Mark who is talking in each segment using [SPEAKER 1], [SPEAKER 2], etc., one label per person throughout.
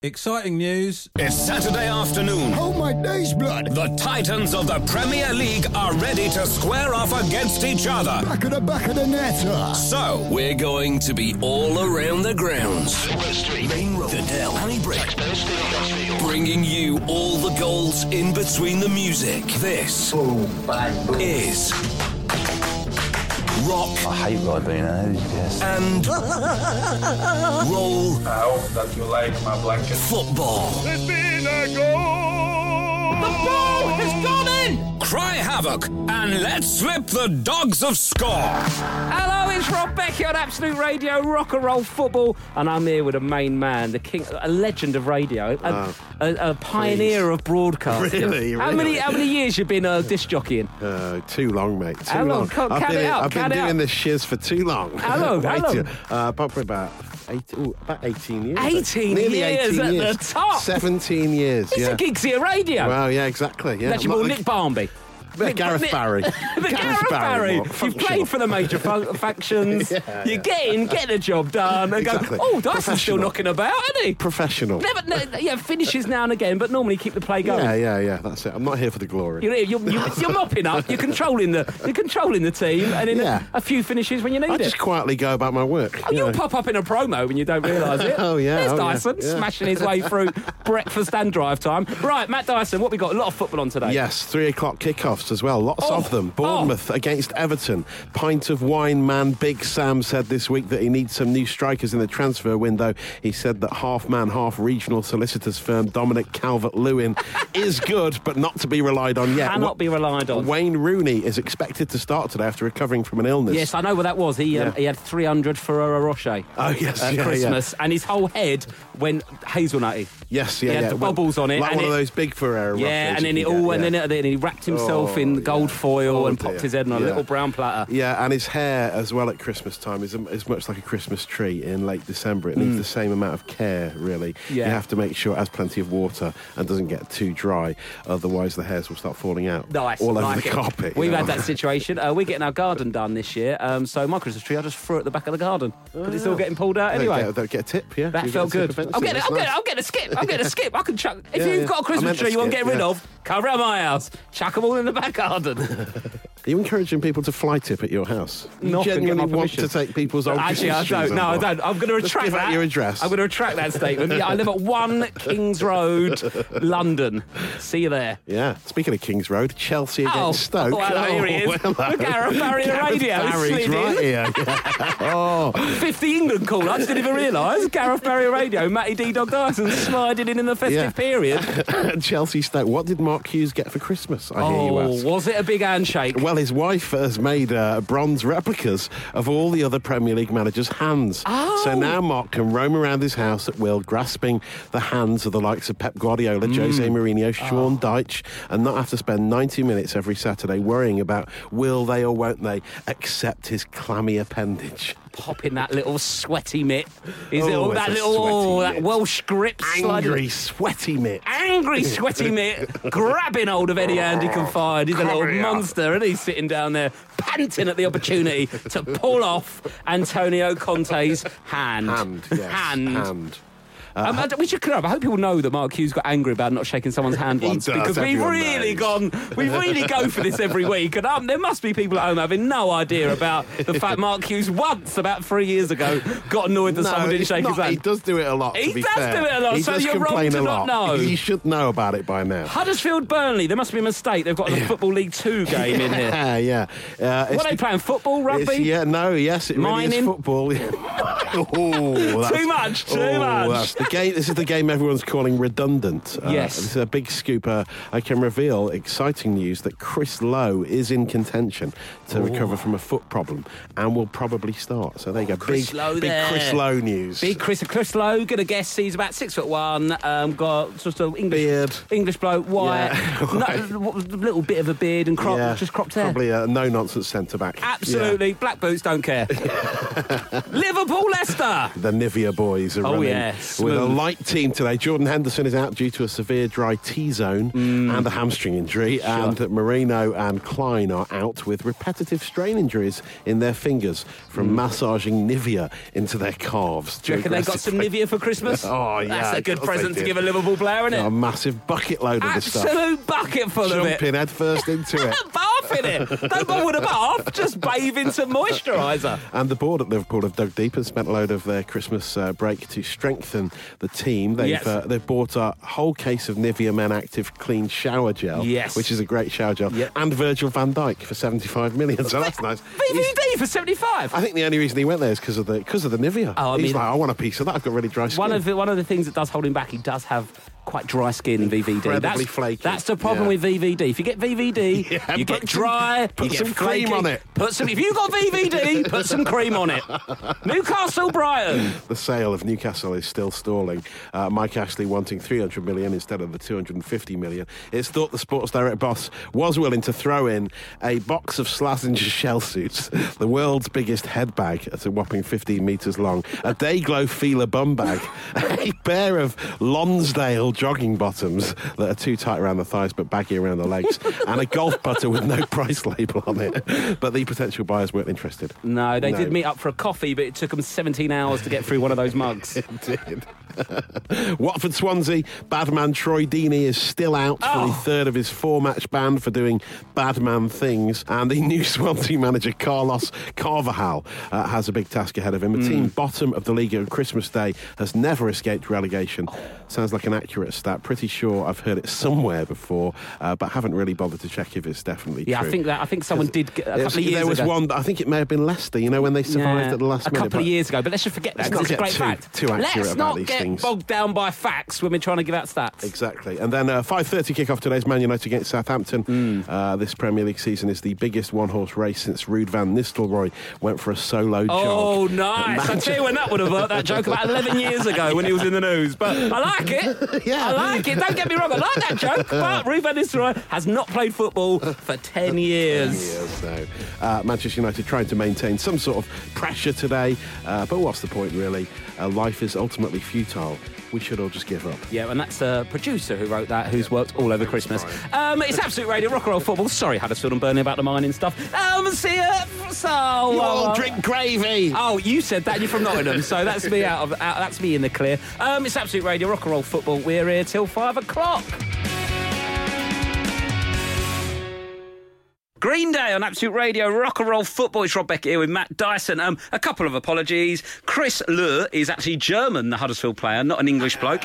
[SPEAKER 1] Exciting news.
[SPEAKER 2] It's Saturday afternoon.
[SPEAKER 3] Oh my day's blood!
[SPEAKER 2] The Titans of the Premier League are ready to square off against each other.
[SPEAKER 3] Back of the back of the net! ah.
[SPEAKER 2] So,
[SPEAKER 4] We're going to be all around the grounds,
[SPEAKER 5] West Street,
[SPEAKER 4] Main Road, the Dell, Honeybrick,
[SPEAKER 5] Burnstein, Dustfield.
[SPEAKER 4] bringing you all the goals in between the music. This is rock
[SPEAKER 6] I hate Ribena. It's just
[SPEAKER 4] and roll
[SPEAKER 7] I hope that you like my blanket.
[SPEAKER 4] football.
[SPEAKER 2] cry havoc and let's slip the dogs of score.
[SPEAKER 8] Hello, it's Rob Becky on Absolute Radio, rock and roll football, and I'm here with a main man, the king, a legend of radio, a, a, a pioneer of broadcasting.
[SPEAKER 9] Really?
[SPEAKER 8] How many
[SPEAKER 9] Really?
[SPEAKER 8] how many years you been uh, disc jockeying?
[SPEAKER 9] Uh, too long, mate. Too
[SPEAKER 8] How long? Come-
[SPEAKER 9] I've
[SPEAKER 8] count
[SPEAKER 9] been,
[SPEAKER 8] it up,
[SPEAKER 9] I've
[SPEAKER 8] count it
[SPEAKER 9] been doing
[SPEAKER 8] up.
[SPEAKER 9] this shiz for too long.
[SPEAKER 8] How long? How
[SPEAKER 9] Way
[SPEAKER 8] long?
[SPEAKER 9] too- Uh, probably about eight, ooh, about 18 years.
[SPEAKER 8] 18
[SPEAKER 9] Nearly
[SPEAKER 8] years
[SPEAKER 9] 18
[SPEAKER 8] at
[SPEAKER 9] years.
[SPEAKER 8] the top.
[SPEAKER 9] 17 years,
[SPEAKER 8] It's
[SPEAKER 9] yeah.
[SPEAKER 8] a Gigsia Radio.
[SPEAKER 9] Well, yeah, exactly. Yeah.
[SPEAKER 8] Legible
[SPEAKER 9] Not-
[SPEAKER 8] Nick Barmby.
[SPEAKER 9] Yeah,
[SPEAKER 8] Nick-
[SPEAKER 9] Gareth
[SPEAKER 8] Nick-
[SPEAKER 9] Barry.
[SPEAKER 8] the Gareth, Barry.
[SPEAKER 9] more
[SPEAKER 8] You've
[SPEAKER 9] functional.
[SPEAKER 8] played for the major fun- factions.
[SPEAKER 9] Yeah,
[SPEAKER 8] you
[SPEAKER 9] yeah.
[SPEAKER 8] get in, get the job done, and
[SPEAKER 9] Exactly.
[SPEAKER 8] go, oh, Dyson's still
[SPEAKER 9] Professional.
[SPEAKER 8] knocking about, isn't he?
[SPEAKER 9] Professional.
[SPEAKER 8] Never, no, yeah, finishes now and again, but normally keep the play going.
[SPEAKER 9] Yeah, yeah, yeah. That's it. I'm not here for the glory.
[SPEAKER 8] You're, you're, you're, you're mopping up. You're controlling the you're controlling the team, and then
[SPEAKER 9] Yeah.
[SPEAKER 8] a, a few finishes when you need
[SPEAKER 9] I
[SPEAKER 8] it.
[SPEAKER 9] just quietly go about my work.
[SPEAKER 8] Oh,
[SPEAKER 9] you
[SPEAKER 8] you'll
[SPEAKER 9] know.
[SPEAKER 8] pop up in a promo when you don't realise it.
[SPEAKER 9] Oh, yeah,
[SPEAKER 8] There's
[SPEAKER 9] oh, yeah,
[SPEAKER 8] Dyson
[SPEAKER 9] yeah.
[SPEAKER 8] smashing his way through breakfast and drive time. Right, Matt Dyson, what we got? A lot of football on today.
[SPEAKER 9] Yes, three o'clock kickoffs as well. Lots
[SPEAKER 8] Oh,
[SPEAKER 9] of them. Bournemouth against Everton. Pint of wine man Big Sam said this week that he needs some new strikers in the transfer window. He said that half man, half regional solicitors firm Dominic Calvert Lewin is good, but not to be relied on yet.
[SPEAKER 8] Cannot be relied on.
[SPEAKER 9] Wayne Rooney is expected to start today after recovering from an illness.
[SPEAKER 8] Yes, I know what that was. He um,
[SPEAKER 9] Yeah.
[SPEAKER 8] he had 300 Ferrero Rocher.
[SPEAKER 9] Oh, yes,
[SPEAKER 8] at
[SPEAKER 9] yeah, yeah.
[SPEAKER 8] Christmas, and his whole head went hazelnutty.
[SPEAKER 9] Yes,
[SPEAKER 8] He
[SPEAKER 9] yeah,
[SPEAKER 8] had
[SPEAKER 9] yeah.
[SPEAKER 8] the bubbles on it,
[SPEAKER 9] Like
[SPEAKER 8] and
[SPEAKER 9] one
[SPEAKER 8] it-
[SPEAKER 9] of those big Ferrero.
[SPEAKER 8] Yeah,
[SPEAKER 9] Rochers
[SPEAKER 8] and then
[SPEAKER 9] you
[SPEAKER 8] it
[SPEAKER 9] can
[SPEAKER 8] all
[SPEAKER 9] get,
[SPEAKER 8] went
[SPEAKER 9] yeah.
[SPEAKER 8] in it, and then he wrapped himself
[SPEAKER 9] Oh,
[SPEAKER 8] in gold
[SPEAKER 9] yeah.
[SPEAKER 8] foil
[SPEAKER 9] Oh,
[SPEAKER 8] and
[SPEAKER 9] dear.
[SPEAKER 8] popped his head on a
[SPEAKER 9] Yeah.
[SPEAKER 8] little brown platter.
[SPEAKER 9] Yeah, and his hair as well at Christmas time is, um, is much like a Christmas tree in late December. It needs the same amount of care, really.
[SPEAKER 8] Mm. Yeah.
[SPEAKER 9] You have to make sure it has plenty of water and doesn't get too dry, otherwise the hairs will start falling out
[SPEAKER 8] Nice.
[SPEAKER 9] all over
[SPEAKER 8] like
[SPEAKER 9] the
[SPEAKER 8] it.
[SPEAKER 9] carpet. you
[SPEAKER 8] We've
[SPEAKER 9] know.
[SPEAKER 8] had that situation. Uh, we're getting our garden done this year. Um, so my Christmas tree, I just threw it at the back of the garden because it's all getting pulled out
[SPEAKER 9] They'll
[SPEAKER 8] anyway.
[SPEAKER 9] get, they'll get a tip, yeah.
[SPEAKER 8] that
[SPEAKER 9] You get
[SPEAKER 8] felt
[SPEAKER 9] a tip
[SPEAKER 8] good.
[SPEAKER 9] eventually,
[SPEAKER 8] I'm getting,
[SPEAKER 9] that's
[SPEAKER 8] I'm, getting,
[SPEAKER 9] nice.
[SPEAKER 8] I'm getting a skip. I'm getting a skip. I can chuck. If
[SPEAKER 9] Yeah,
[SPEAKER 8] you've
[SPEAKER 9] yeah.
[SPEAKER 8] got a
[SPEAKER 9] I meant
[SPEAKER 8] Christmas
[SPEAKER 9] to
[SPEAKER 8] tree you want to
[SPEAKER 9] skip,
[SPEAKER 8] get rid
[SPEAKER 9] yeah.
[SPEAKER 8] of, come round my house. Chuck them all in the back garden.
[SPEAKER 9] Are you encouraging people to fly tip at your house? You
[SPEAKER 8] Not to get my
[SPEAKER 9] genuinely want
[SPEAKER 8] permission.
[SPEAKER 9] to take people's old
[SPEAKER 8] Actually, I
[SPEAKER 9] Christmas
[SPEAKER 8] don't.
[SPEAKER 9] trees
[SPEAKER 8] No, I
[SPEAKER 9] off.
[SPEAKER 8] don't. I'm going to
[SPEAKER 9] Just
[SPEAKER 8] retract
[SPEAKER 9] give out
[SPEAKER 8] that.
[SPEAKER 9] your address.
[SPEAKER 8] I'm going to retract that statement. Yeah, I live at One Kings Road, London. See you there.
[SPEAKER 9] Yeah. Speaking of Kings Road, Chelsea against
[SPEAKER 8] Oh,
[SPEAKER 9] Stoke.
[SPEAKER 8] well, here he is. Look, Gareth Barry on
[SPEAKER 9] Oh, Gareth
[SPEAKER 8] radio.
[SPEAKER 9] Barry's
[SPEAKER 8] Slid in.
[SPEAKER 9] right here. Yeah. oh,
[SPEAKER 8] 50 England call. I just didn't even realise. Gareth Barry Radio, Matty D Dog Dyson sliding in in the festive
[SPEAKER 9] Yeah.
[SPEAKER 8] period.
[SPEAKER 9] Chelsea Stoke. What did Mark Hughes get for Christmas? I hear you
[SPEAKER 8] Oh,
[SPEAKER 9] ask.
[SPEAKER 8] was it a big handshake?
[SPEAKER 9] Well, his wife has made uh, bronze replicas of all the other Premier League managers' hands.
[SPEAKER 8] Oh.
[SPEAKER 9] So now Mark can roam around his house at will, grasping the hands of the likes of Pep Guardiola,
[SPEAKER 8] Mm.
[SPEAKER 9] Jose Mourinho,
[SPEAKER 8] Ah.
[SPEAKER 9] Sean Dyche, and not have to spend 90 minutes every Saturday worrying about will they or won't they accept his clammy appendage.
[SPEAKER 8] Popping that little sweaty mitt. Is
[SPEAKER 9] Oh,
[SPEAKER 8] it all
[SPEAKER 9] it's
[SPEAKER 8] that
[SPEAKER 9] a
[SPEAKER 8] little oh,
[SPEAKER 9] sweaty
[SPEAKER 8] that
[SPEAKER 9] mitt.
[SPEAKER 8] Welsh grip sliding-
[SPEAKER 9] Angry, sweaty mitt.
[SPEAKER 8] Angry sweaty mitt, grabbing hold of any
[SPEAKER 9] Oh,
[SPEAKER 8] hand he can find. He's a little monster, and he's sitting down there panting at the opportunity to pull off Antonio Conte's hand.
[SPEAKER 9] Hand, yes.
[SPEAKER 8] Hand.
[SPEAKER 9] Hand. Uh,
[SPEAKER 8] Um, I d- we should clear up. I hope people know that Mark Hughes got angry about not shaking someone's hand
[SPEAKER 9] He
[SPEAKER 8] once
[SPEAKER 9] does,
[SPEAKER 8] because we've
[SPEAKER 9] everyone
[SPEAKER 8] really
[SPEAKER 9] knows.
[SPEAKER 8] gone, we really go for this every week. And um, there must be people at home having no idea about the fact Mark Hughes once about three years ago got annoyed that someone didn't
[SPEAKER 9] it's
[SPEAKER 8] shake
[SPEAKER 9] not-
[SPEAKER 8] his hand.
[SPEAKER 9] He does do it a lot. to
[SPEAKER 8] He
[SPEAKER 9] be
[SPEAKER 8] does
[SPEAKER 9] fair.
[SPEAKER 8] do it a lot,
[SPEAKER 9] He
[SPEAKER 8] so
[SPEAKER 9] does
[SPEAKER 8] you're wrong
[SPEAKER 9] complain
[SPEAKER 8] to
[SPEAKER 9] a
[SPEAKER 8] not
[SPEAKER 9] lot.
[SPEAKER 8] know.
[SPEAKER 9] He should know about it by now.
[SPEAKER 8] Huddersfield Burnley, there must be a mistake. They've got a football League Two game in here.
[SPEAKER 9] Yeah, yeah. Uh,
[SPEAKER 8] What are they playing? Football, rugby?
[SPEAKER 9] It's, yeah, no, yes, it really
[SPEAKER 8] Mining?
[SPEAKER 9] is football. oh, that's-
[SPEAKER 8] Too much, too
[SPEAKER 9] oh,
[SPEAKER 8] much.
[SPEAKER 9] that's the game, this is the game everyone's calling redundant. Uh,
[SPEAKER 8] Yes.
[SPEAKER 9] This is a big scoop. Uh, I can reveal exciting news that Chris Lowe is in contention to recover from a foot problem and will probably start. So there you go.
[SPEAKER 8] Chris
[SPEAKER 9] big,
[SPEAKER 8] Lowe
[SPEAKER 9] big
[SPEAKER 8] there.
[SPEAKER 9] Chris Lowe news.
[SPEAKER 8] Big Chris, Chris Lowe, gonna guess he's about six foot one. Um, got sort of English
[SPEAKER 9] Beard.
[SPEAKER 8] English bloke, white,
[SPEAKER 9] Yeah, white.
[SPEAKER 8] No, w- little bit of a beard and crop,
[SPEAKER 9] Yeah,
[SPEAKER 8] just cropped hair.
[SPEAKER 9] Probably a no nonsense centre back.
[SPEAKER 8] Absolutely, black boots don't care. Liverpool Leicester.
[SPEAKER 9] The Nivea boys are
[SPEAKER 8] Oh,
[SPEAKER 9] running
[SPEAKER 8] yeah,
[SPEAKER 9] with a
[SPEAKER 8] smooth.
[SPEAKER 9] light team today. Jordan Henderson is out due to a severe dry T zone
[SPEAKER 8] Mm.
[SPEAKER 9] and a hamstring injury, and Marino and Klein are out with repetitive strain injuries in their fingers from massaging Nivea into their calves.
[SPEAKER 8] Mm. Do you reckon they got some
[SPEAKER 9] aggressively.
[SPEAKER 8] Nivea for Christmas?
[SPEAKER 9] Oh, yeah,
[SPEAKER 8] That's a
[SPEAKER 9] of
[SPEAKER 8] good
[SPEAKER 9] course they
[SPEAKER 8] present to
[SPEAKER 9] did.
[SPEAKER 8] give a Liverpool player, isn't it?
[SPEAKER 9] Got A massive bucket load of this stuff.
[SPEAKER 8] Absolute bucket full of it.
[SPEAKER 9] Jumping headfirst into it.
[SPEAKER 8] bath in it. Don't bother with a bath. Just bathe in some moisturiser.
[SPEAKER 9] And the board at Liverpool have dug deep and spent a load of their Christmas uh, break to strengthen the team. They've
[SPEAKER 8] Yes.
[SPEAKER 9] uh, they've bought a whole case of Nivea Men Active Clean Shower Gel,
[SPEAKER 8] Yes.
[SPEAKER 9] which is a great shower gel,
[SPEAKER 8] Yep.
[SPEAKER 9] and Virgil Van Dyke for seventy five million. So that's nice. He's-
[SPEAKER 8] BVD for 75.
[SPEAKER 9] I think the only reason he went there is because of the because of the Nivea.
[SPEAKER 8] Oh, I
[SPEAKER 9] He's
[SPEAKER 8] mean-
[SPEAKER 9] like, I want a piece of that. I've got really dry skin.
[SPEAKER 8] One of the one of the things that does hold him back, he does have quite dry skin. VVD. That's,
[SPEAKER 9] Incredibly flaky.
[SPEAKER 8] that's the problem
[SPEAKER 9] Yeah.
[SPEAKER 8] with VVD. If you get VVD,
[SPEAKER 9] Yeah,
[SPEAKER 8] you get
[SPEAKER 9] put some-
[SPEAKER 8] dry.
[SPEAKER 9] put
[SPEAKER 8] you get
[SPEAKER 9] some cream
[SPEAKER 8] flaky.
[SPEAKER 9] on it.
[SPEAKER 8] Put some. If you got VVD, put some cream on it. Newcastle, Brighton.
[SPEAKER 9] The sale of Newcastle is still stalling. Uh, Mike Ashley wanting 300 million instead of the 250 million. It's thought the Sports Direct boss was willing to throw in a box of Slazenger shell suits, the world's biggest head bag at a whopping 15 metres long, a Dayglow Feeler bum bag, a pair of Lonsdale jogging bottoms that are too tight around the thighs but baggy around the legs, and a golf putter with no price label on it. But the potential buyers weren't interested.
[SPEAKER 8] No, they
[SPEAKER 9] No.
[SPEAKER 8] did meet up for a coffee, but it took them 17 hours to get through one of those mugs.
[SPEAKER 9] did. Watford Swansea, bad man Troy Deeney is still out for the
[SPEAKER 8] Oh.
[SPEAKER 9] third of his four match ban for doing bad man things. And the new Swansea manager, Carlos Carvajal, uh, has a big task ahead of him. A
[SPEAKER 8] Hmm.
[SPEAKER 9] team bottom of the league on Christmas Day has never escaped relegation. Sounds like an accurate stat. Pretty sure I've heard it somewhere before, uh, but haven't really bothered to check if it's definitely
[SPEAKER 8] Yeah,
[SPEAKER 9] true.
[SPEAKER 8] I think that I think someone did get, a couple
[SPEAKER 9] It's-
[SPEAKER 8] of years
[SPEAKER 9] there was
[SPEAKER 8] ago.
[SPEAKER 9] one, I think it may have been Leicester, you know, when they survived
[SPEAKER 8] Yeah,
[SPEAKER 9] at the last
[SPEAKER 8] a
[SPEAKER 9] minute.
[SPEAKER 8] couple of
[SPEAKER 9] but-
[SPEAKER 8] years ago, but let's just forget that
[SPEAKER 9] Let's
[SPEAKER 8] 'cause
[SPEAKER 9] not
[SPEAKER 8] it's a
[SPEAKER 9] get
[SPEAKER 8] great
[SPEAKER 9] too-
[SPEAKER 8] fact.
[SPEAKER 9] too accurate
[SPEAKER 8] let's
[SPEAKER 9] about
[SPEAKER 8] not
[SPEAKER 9] these
[SPEAKER 8] get
[SPEAKER 9] things.
[SPEAKER 8] bogged down by facts when we're trying to give out stats.
[SPEAKER 9] Exactly. And then uh, 5.30 kick-off today's Man United against Southampton.
[SPEAKER 8] Hmm.
[SPEAKER 9] Uh, this Premier League season is the biggest one-horse race since Ruud van Nistelrooy went for a solo
[SPEAKER 8] Oh,
[SPEAKER 9] jog.
[SPEAKER 8] nice. I tell you when that would have worked, that joke about 11 years ago when he was in the news. But I like it.
[SPEAKER 9] Yeah.
[SPEAKER 8] I like it. Don't get me wrong, I like that joke. But Ruben Nistelrooy has not played football for 10 years.
[SPEAKER 9] Years now. Uh, Manchester United trying to maintain some sort of pressure today, uh, but what's the point really? Uh, life is ultimately futile. We should all just give up.
[SPEAKER 8] Yeah, and that's a producer who wrote that, who's worked all over Christmas. Um, it's Absolute Radio, Rock and Roll Football. Sorry, Huddersfield and Burnley about the mining stuff. Um, see ya. So,
[SPEAKER 9] You
[SPEAKER 8] uh,
[SPEAKER 9] all drink gravy.
[SPEAKER 8] Oh, you said that. You're from Nottingham, so that's me out of out, that's me in the clear. Um, it's absolute radio, rock and roll football. We're here till five o'clock. Green Day on Absolute Radio, rock and roll football. It's Rob Beckett here with Matt Dyson. Um, a couple of apologies. Chris Lur is actually German, the Huddersfield player, not an English bloke,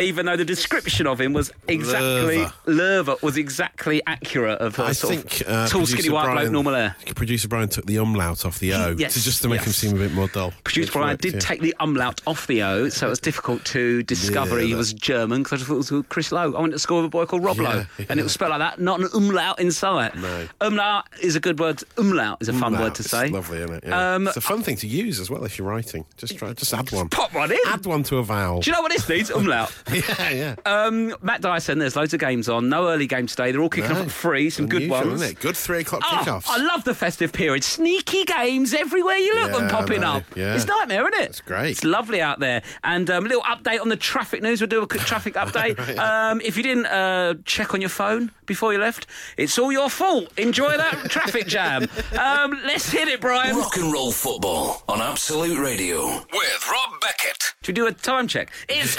[SPEAKER 8] even though the description of him was exactly Lurver was exactly accurate of her
[SPEAKER 10] I
[SPEAKER 8] sort
[SPEAKER 10] think
[SPEAKER 8] of
[SPEAKER 10] uh,
[SPEAKER 8] tall, skinny,
[SPEAKER 10] producer
[SPEAKER 8] white
[SPEAKER 10] Brian,
[SPEAKER 8] bloke, normal hair.
[SPEAKER 10] Producer Brian took the umlaut off the O,
[SPEAKER 8] yes,
[SPEAKER 10] to- just to make him
[SPEAKER 8] yes.
[SPEAKER 10] seem a bit more dull.
[SPEAKER 8] Producer
[SPEAKER 10] Which
[SPEAKER 8] Brian
[SPEAKER 10] worked,
[SPEAKER 8] did
[SPEAKER 10] yeah.
[SPEAKER 8] take the umlaut off the O, so it was difficult to discover
[SPEAKER 10] Yeah,
[SPEAKER 8] he
[SPEAKER 10] that-
[SPEAKER 8] was German because I just thought it was Chris Lowe. I went to school with a boy called Rob
[SPEAKER 10] Yeah,
[SPEAKER 8] Lowe,
[SPEAKER 10] yeah.
[SPEAKER 8] and it was spelled like that, not an umlaut inside.
[SPEAKER 10] No.
[SPEAKER 8] Umlaut is a good word. Umlaut is a fun
[SPEAKER 10] Umlaut,
[SPEAKER 8] word to
[SPEAKER 10] it's
[SPEAKER 8] say.
[SPEAKER 10] lovely, isn't it? Yeah.
[SPEAKER 8] Um,
[SPEAKER 10] it's a fun thing to use as well if you're writing. Just try, just add one.
[SPEAKER 8] Pop one in.
[SPEAKER 10] Add one to a vowel.
[SPEAKER 8] Do you know what this needs? Umlaut.
[SPEAKER 10] yeah, yeah.
[SPEAKER 8] Um, Matt Dyson, there's loads of games on. No early game today. They're all kicking
[SPEAKER 10] No.
[SPEAKER 8] off at three. Some good
[SPEAKER 10] Unusual,
[SPEAKER 8] ones.
[SPEAKER 10] Isn't it? Good three o'clock
[SPEAKER 8] Oh,
[SPEAKER 10] kickoffs.
[SPEAKER 8] I love the festive period. Sneaky games everywhere you look,
[SPEAKER 10] Yeah,
[SPEAKER 8] them
[SPEAKER 10] I
[SPEAKER 8] popping
[SPEAKER 10] know.
[SPEAKER 8] up.
[SPEAKER 10] Yeah.
[SPEAKER 8] It's nightmare, isn't it?
[SPEAKER 10] It's great.
[SPEAKER 8] It's lovely out there. And um, a little update on the traffic news. We'll do a quick traffic update. um, if you didn't uh, check on your phone before you left, it's all your fault. Enjoy that traffic jam. Um, let's hit it, Brian.
[SPEAKER 2] Rock and roll football on Absolute Radio with Rob Beckett.
[SPEAKER 8] Should we do a time check? It's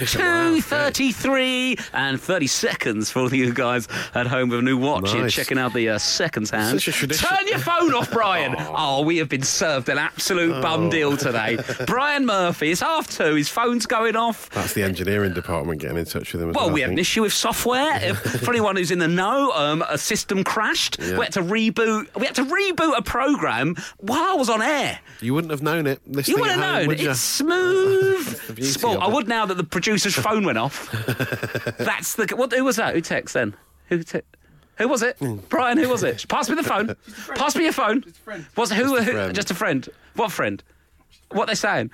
[SPEAKER 8] 2.33 and 30 seconds for all you guys at home with a new watch. You're
[SPEAKER 9] Nice.
[SPEAKER 8] checking out the uh, seconds hand.
[SPEAKER 9] Such a tradition.
[SPEAKER 8] Turn your phone off, Brian. oh, we have been served an absolute
[SPEAKER 9] Oh.
[SPEAKER 8] bum deal today. Brian Murphy, it's half two, his phone's going off.
[SPEAKER 9] That's the engineering department getting in touch with them.
[SPEAKER 8] Well, we had an issue with software. If, for anyone who's in the know, um, a system crashed.
[SPEAKER 9] Yeah.
[SPEAKER 8] We had to reboot. We had to reboot a program while I was on air.
[SPEAKER 9] You wouldn't have known it.
[SPEAKER 8] You
[SPEAKER 9] listening
[SPEAKER 8] would have
[SPEAKER 9] at home,
[SPEAKER 8] known.
[SPEAKER 9] would you?
[SPEAKER 8] It's
[SPEAKER 9] the
[SPEAKER 8] smooth
[SPEAKER 9] beauty
[SPEAKER 8] sport.
[SPEAKER 9] of
[SPEAKER 8] I
[SPEAKER 9] it.
[SPEAKER 8] would now that the producer's phone went off. That's the. What? Who was that? Who texted then? Who? Te- who was it?
[SPEAKER 9] Hmm.
[SPEAKER 8] Brian. Who was it? Pass me the phone. Pass me your phone. Just a friend. Was who? who- Just a friend.
[SPEAKER 9] friend.
[SPEAKER 8] What friend? What they saying?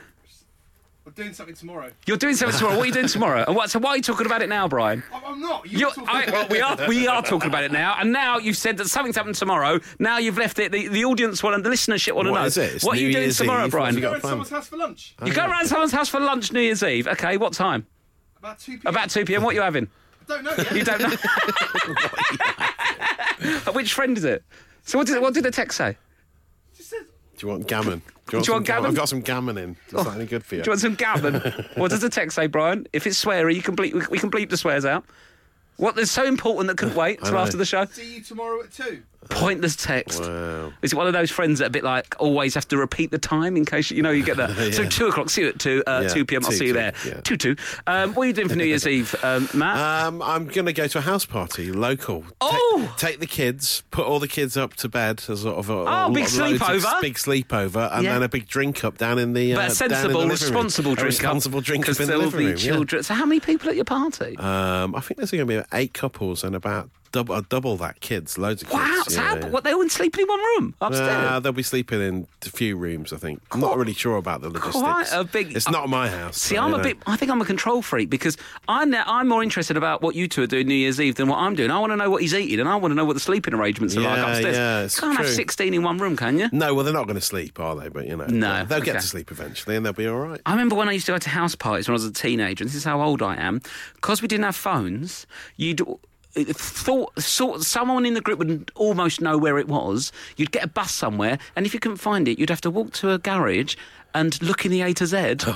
[SPEAKER 11] We're doing something tomorrow.
[SPEAKER 8] You're doing something tomorrow. What are you doing tomorrow? And what, so why are you talking about it now, Brian?
[SPEAKER 11] I'm, I'm
[SPEAKER 5] I'm not. You
[SPEAKER 8] You,
[SPEAKER 5] were talking
[SPEAKER 8] I, well, we are we are talking about it now, and now you've said that something's happened tomorrow. Now you've left it. The, the audience want and the listenership want to
[SPEAKER 9] What
[SPEAKER 8] know
[SPEAKER 9] is it? It's
[SPEAKER 8] what are you
[SPEAKER 9] New
[SPEAKER 8] doing
[SPEAKER 9] Year's
[SPEAKER 8] tomorrow,
[SPEAKER 9] Eve.
[SPEAKER 8] Brian?
[SPEAKER 9] What have you
[SPEAKER 5] Go
[SPEAKER 9] got
[SPEAKER 5] to someone's house for lunch.
[SPEAKER 8] You go around someone's house for lunch New Year's Eve. Okay, what time?
[SPEAKER 5] About two people.
[SPEAKER 8] About two pm. What are you having?
[SPEAKER 5] Don't know. Yet.
[SPEAKER 8] You don't know. Which friend is it? So what did what did the text say?
[SPEAKER 5] Just said,
[SPEAKER 9] Do you want gammon? Do you want,
[SPEAKER 8] Do you want
[SPEAKER 9] some
[SPEAKER 8] gammon? Oh.
[SPEAKER 9] I've got some gammon in. Is that any good for you?
[SPEAKER 8] Do you want some gammon? what does the text say, Brian? If it's sweary, you can bleep, we, we can bleep the swears out. What is so important that couldn't wait till
[SPEAKER 9] know.
[SPEAKER 8] after the show?
[SPEAKER 5] see you tomorrow at two.
[SPEAKER 8] Pointless text.
[SPEAKER 9] Wow.
[SPEAKER 8] Is it one of those friends that a bit like always have to repeat the time in case you know you get that? So two o'clock. See you at two. Uh,
[SPEAKER 9] Yeah,
[SPEAKER 8] Two p.m. I'll
[SPEAKER 9] two,
[SPEAKER 8] see you
[SPEAKER 9] two,
[SPEAKER 8] there.
[SPEAKER 9] yeah.
[SPEAKER 8] Two two. Um, what are you doing for New Year's Eve, um, Matt?
[SPEAKER 9] Um, I'm going to go to a house party, local. Ta-
[SPEAKER 8] Oh!
[SPEAKER 9] Take, the kids, put all the kids up to bed as sort of a,
[SPEAKER 8] Oh, big
[SPEAKER 9] loads of
[SPEAKER 8] sleepover.
[SPEAKER 9] big sleepover, and
[SPEAKER 8] Yeah.
[SPEAKER 9] then a big drink up down in the. Uh,
[SPEAKER 8] but a
[SPEAKER 9] down in the
[SPEAKER 8] sensible,
[SPEAKER 9] living room.
[SPEAKER 8] responsible
[SPEAKER 9] A
[SPEAKER 8] drink. up,
[SPEAKER 9] Responsible drink up
[SPEAKER 8] 'cause
[SPEAKER 9] in the
[SPEAKER 8] there'll
[SPEAKER 9] living
[SPEAKER 8] be
[SPEAKER 9] room. yeah.
[SPEAKER 8] children. So how many people at your party?
[SPEAKER 9] Um, I think there's going to be about eight couples and about double, uh, double that kids, loads of
[SPEAKER 8] wow.
[SPEAKER 9] kids.
[SPEAKER 8] So
[SPEAKER 9] yeah,
[SPEAKER 8] how,
[SPEAKER 9] yeah.
[SPEAKER 8] what they all sleeping in one room upstairs?
[SPEAKER 9] Uh, they'll be sleeping in a few rooms, I think. I'm not really sure about the logistics.
[SPEAKER 8] quite a big-
[SPEAKER 9] It's not my house.
[SPEAKER 8] See,
[SPEAKER 9] so,
[SPEAKER 8] I'm
[SPEAKER 9] you
[SPEAKER 8] a
[SPEAKER 9] know.
[SPEAKER 8] bit. I think I'm a control freak because I'm now, I'm more interested about what you two are doing New Year's Eve than what I'm doing. I want to know what he's eating, and I want to know what the sleeping arrangements are
[SPEAKER 9] Yeah,
[SPEAKER 8] like upstairs.
[SPEAKER 9] yeah, it's
[SPEAKER 8] Can't have
[SPEAKER 9] true.
[SPEAKER 8] 16 in one room, can you?
[SPEAKER 9] No, well, they're not going to sleep, are they? But you know,
[SPEAKER 8] No,
[SPEAKER 9] they'll
[SPEAKER 8] okay.
[SPEAKER 9] get to sleep eventually, and they'll be all right.
[SPEAKER 8] I remember when I used to go to house parties when I was a teenager, and this is how old I am, because we didn't have phones, you'd uh, thought sort someone in the group would almost know where it was you'd get a bus somewhere and if you couldn't find it you'd have to walk to a garage and look in the a to z to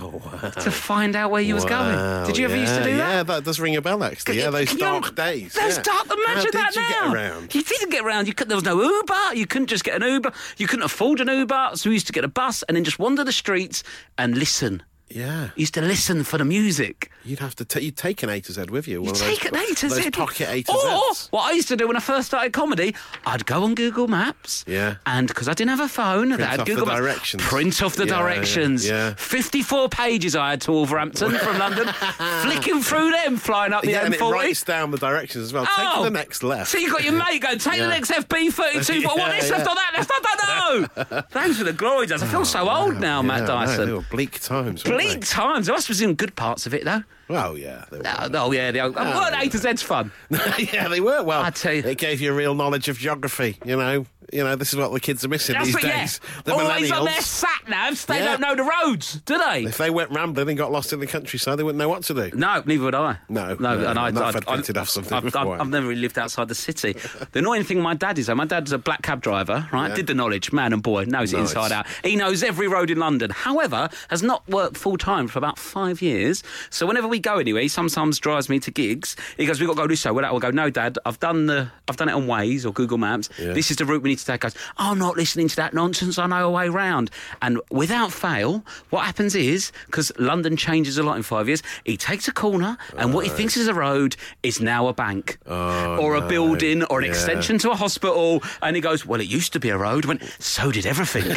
[SPEAKER 8] find out where you was going
[SPEAKER 9] Oh, Wow,
[SPEAKER 8] did you ever
[SPEAKER 9] yeah,
[SPEAKER 8] used to do that
[SPEAKER 9] Yeah, that does ring a bell actually. Yeah, those
[SPEAKER 8] Can you-
[SPEAKER 9] dark days.
[SPEAKER 8] Those
[SPEAKER 9] yeah.
[SPEAKER 8] dark. Imagine
[SPEAKER 9] How did
[SPEAKER 8] that
[SPEAKER 9] you
[SPEAKER 8] now.
[SPEAKER 9] get around?
[SPEAKER 8] You didn't get around. You could, there was no Uber. You couldn't just get an Uber. You couldn't afford an Uber. So we used to get a bus and then just wander the streets and listen.
[SPEAKER 9] Yeah,
[SPEAKER 8] We used to listen for the music.
[SPEAKER 9] you'd have to. ta- you'd take an A to Z with you.
[SPEAKER 8] You
[SPEAKER 9] one of those-
[SPEAKER 8] take an A to
[SPEAKER 9] those
[SPEAKER 8] Z. Oh!
[SPEAKER 9] Pocket A to
[SPEAKER 8] Or
[SPEAKER 9] Zs.
[SPEAKER 8] what I used to do when I first started comedy, I'd go on Google Maps.
[SPEAKER 9] Yeah.
[SPEAKER 8] And because I didn't have a phone, I had
[SPEAKER 9] off
[SPEAKER 8] Google
[SPEAKER 9] the
[SPEAKER 8] Maps.
[SPEAKER 9] directions.
[SPEAKER 8] Print off the
[SPEAKER 9] Yeah, yeah,
[SPEAKER 8] directions.
[SPEAKER 9] yeah.
[SPEAKER 8] 54 pages I had to Wolverhampton from London, flicking through them, flying up the
[SPEAKER 9] Yeah, and it
[SPEAKER 8] M40.
[SPEAKER 9] writes down the directions as well. Take the next left.
[SPEAKER 8] Oh, So you got your mate going, take the
[SPEAKER 9] Yeah.
[SPEAKER 8] next FB32, but what
[SPEAKER 9] Yeah,
[SPEAKER 8] this
[SPEAKER 9] yeah.
[SPEAKER 8] left or that left? I don't know. Those were the glory days. I feel so old now,
[SPEAKER 9] Oh, Yeah,
[SPEAKER 8] Matt
[SPEAKER 9] I know,
[SPEAKER 8] Dyson.
[SPEAKER 9] they were bleak times. weren't
[SPEAKER 8] Bleak times. I was in good parts of it, though.
[SPEAKER 9] They? Well, yeah. They were.
[SPEAKER 8] Oh, oh, yeah. The old, well, A to Z's fun.
[SPEAKER 9] yeah, they were. Well,
[SPEAKER 8] I tell you-
[SPEAKER 9] it gave you a real knowledge of geography. You know, you know, this is what the kids are missing
[SPEAKER 8] That's
[SPEAKER 9] these
[SPEAKER 8] what, yeah.
[SPEAKER 9] days. The
[SPEAKER 8] Always on their
[SPEAKER 9] millennials.
[SPEAKER 8] sat navs. They
[SPEAKER 9] Yeah.
[SPEAKER 8] don't know the roads, do they?
[SPEAKER 9] If they went rambling and got lost in the countryside, they wouldn't know what to do.
[SPEAKER 8] No, neither would I.
[SPEAKER 9] No,
[SPEAKER 8] no,
[SPEAKER 9] no,
[SPEAKER 8] and
[SPEAKER 9] no,
[SPEAKER 8] I,
[SPEAKER 9] I've
[SPEAKER 8] I,
[SPEAKER 9] had plenty of something
[SPEAKER 8] I've, I've,
[SPEAKER 9] before.
[SPEAKER 8] I've never really lived outside the city. the annoying thing my dad is, though, my dad's a black cab driver, right? Did the knowledge, man and boy, knows it
[SPEAKER 9] Nice.
[SPEAKER 8] inside out. He knows every road in London. However, has not worked full time for about five years. So whenever we go anywhere, he sometimes drives me to gigs. He goes, "We've got to go this way." Well, I will go, "No, Dad, I've done the, I've done it on Waze or Google Maps. This is the route we need to take." He Goes, "I'm not listening to that nonsense. I know a way round." And without fail, what happens is because London changes a lot in five years, he takes a corner, and what he thinks is a road is now a bank or a building or an
[SPEAKER 9] Yeah.
[SPEAKER 8] extension to a hospital. And he goes, "Well, it used to be a road. When so did everything.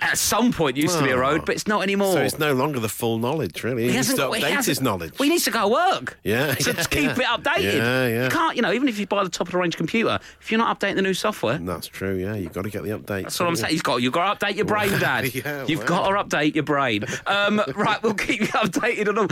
[SPEAKER 8] At some point, it used to be a road, but it's not anymore."
[SPEAKER 9] So it's no longer the full knowledge, really. He, needs to
[SPEAKER 8] got- he
[SPEAKER 9] update his
[SPEAKER 8] hasn't-
[SPEAKER 9] knowledge.
[SPEAKER 8] Well, he needs to go to work.
[SPEAKER 9] Yeah,
[SPEAKER 8] So
[SPEAKER 9] yeah,
[SPEAKER 8] just keep
[SPEAKER 9] yeah.
[SPEAKER 8] it updated.
[SPEAKER 9] Yeah, yeah.
[SPEAKER 8] You can't, you know, even if you buy the top of the range computer, if you're not updating the new software,
[SPEAKER 9] And that's true, yeah. You've got to get the updates.
[SPEAKER 8] that's what I'm
[SPEAKER 9] haven't
[SPEAKER 8] saying. You've got you've got to update your brain, Dad.
[SPEAKER 9] Yeah,
[SPEAKER 8] you've
[SPEAKER 9] wow.
[SPEAKER 8] got to update your brain. Um, right, we'll keep you updated on all,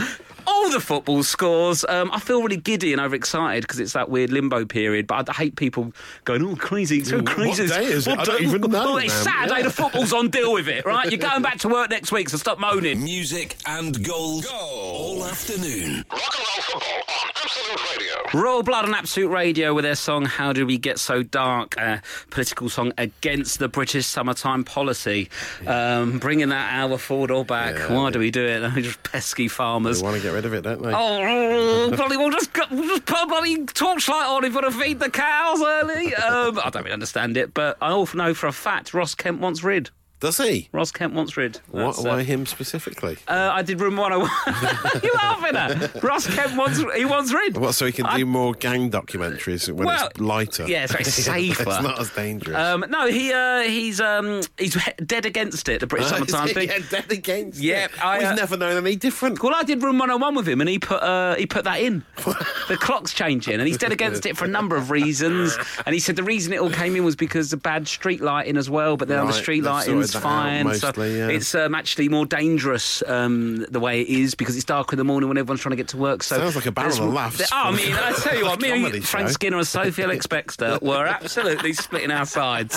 [SPEAKER 8] all the football scores. Um, I feel really giddy and overexcited because it's that weird limbo period. But I hate people going, "Oh, crazy, it's so
[SPEAKER 9] What
[SPEAKER 8] crazy."
[SPEAKER 9] day is it? I don't even know,
[SPEAKER 8] Well, it's
[SPEAKER 9] man.
[SPEAKER 8] Saturday.
[SPEAKER 9] Yeah.
[SPEAKER 8] The football's on. Deal with it, right? You're going back to work next week, so stop moaning.
[SPEAKER 2] Music and goals all afternoon.
[SPEAKER 12] Rock and roll football on Absolute Radio.
[SPEAKER 8] Royal Blood on Absolute Radio with their song How Did We Get So Dark, a political song against the British summertime policy. Um, bringing that hour forward or back.
[SPEAKER 9] Yeah.
[SPEAKER 8] Why do we do it? They're just pesky farmers.
[SPEAKER 9] They want to get rid of it, don't they?
[SPEAKER 8] Oh, bloody, we'll just, go- we'll just put a bloody torchlight on if we want to feed the cows early. Um, I don't really understand it, but I also know for a fact Ross Kemp wants rid.
[SPEAKER 9] Does he?
[SPEAKER 8] Ross Kemp wants rid.
[SPEAKER 9] What,
[SPEAKER 8] That's, uh,
[SPEAKER 9] why him specifically?
[SPEAKER 8] uh, I did room 101. you laughing at? Ross Kemp wants, he wants rid.
[SPEAKER 9] what, so he can
[SPEAKER 8] I-
[SPEAKER 9] do more gang documentaries when
[SPEAKER 8] Well,
[SPEAKER 9] it's lighter?
[SPEAKER 8] yeah, it's very safer.
[SPEAKER 9] it's not as dangerous.
[SPEAKER 8] Um, no, he uh, he's um, he's he- dead against it. The British summertime
[SPEAKER 9] Is it?
[SPEAKER 8] thing.
[SPEAKER 9] Yeah, dead against
[SPEAKER 8] Yeah,
[SPEAKER 9] it.
[SPEAKER 8] I,
[SPEAKER 9] We've
[SPEAKER 8] uh,
[SPEAKER 9] never known any different.
[SPEAKER 8] Well, I did room 101 with him, and he put uh, he put that in. the clock's changing, and he's dead against it for a number of reasons. And he said the reason it all came in was because the bad street lighting as well. But then on the
[SPEAKER 9] Right,
[SPEAKER 8] street
[SPEAKER 9] they've
[SPEAKER 8] lighting,
[SPEAKER 9] sorted
[SPEAKER 8] that's
[SPEAKER 9] that out
[SPEAKER 8] fine.
[SPEAKER 9] mostly,
[SPEAKER 8] so
[SPEAKER 9] yeah.
[SPEAKER 8] It's um, actually more dangerous um, the way it is because it's dark in the morning when everyone's trying to get to work. So
[SPEAKER 9] Sounds like a barrel
[SPEAKER 8] there's-
[SPEAKER 9] of laughs
[SPEAKER 8] Oh, I mean, I tell you what, me
[SPEAKER 9] Comedy
[SPEAKER 8] and Frank
[SPEAKER 9] show.
[SPEAKER 8] Skinner and Sophie Alex Bextor were absolutely splitting our sides.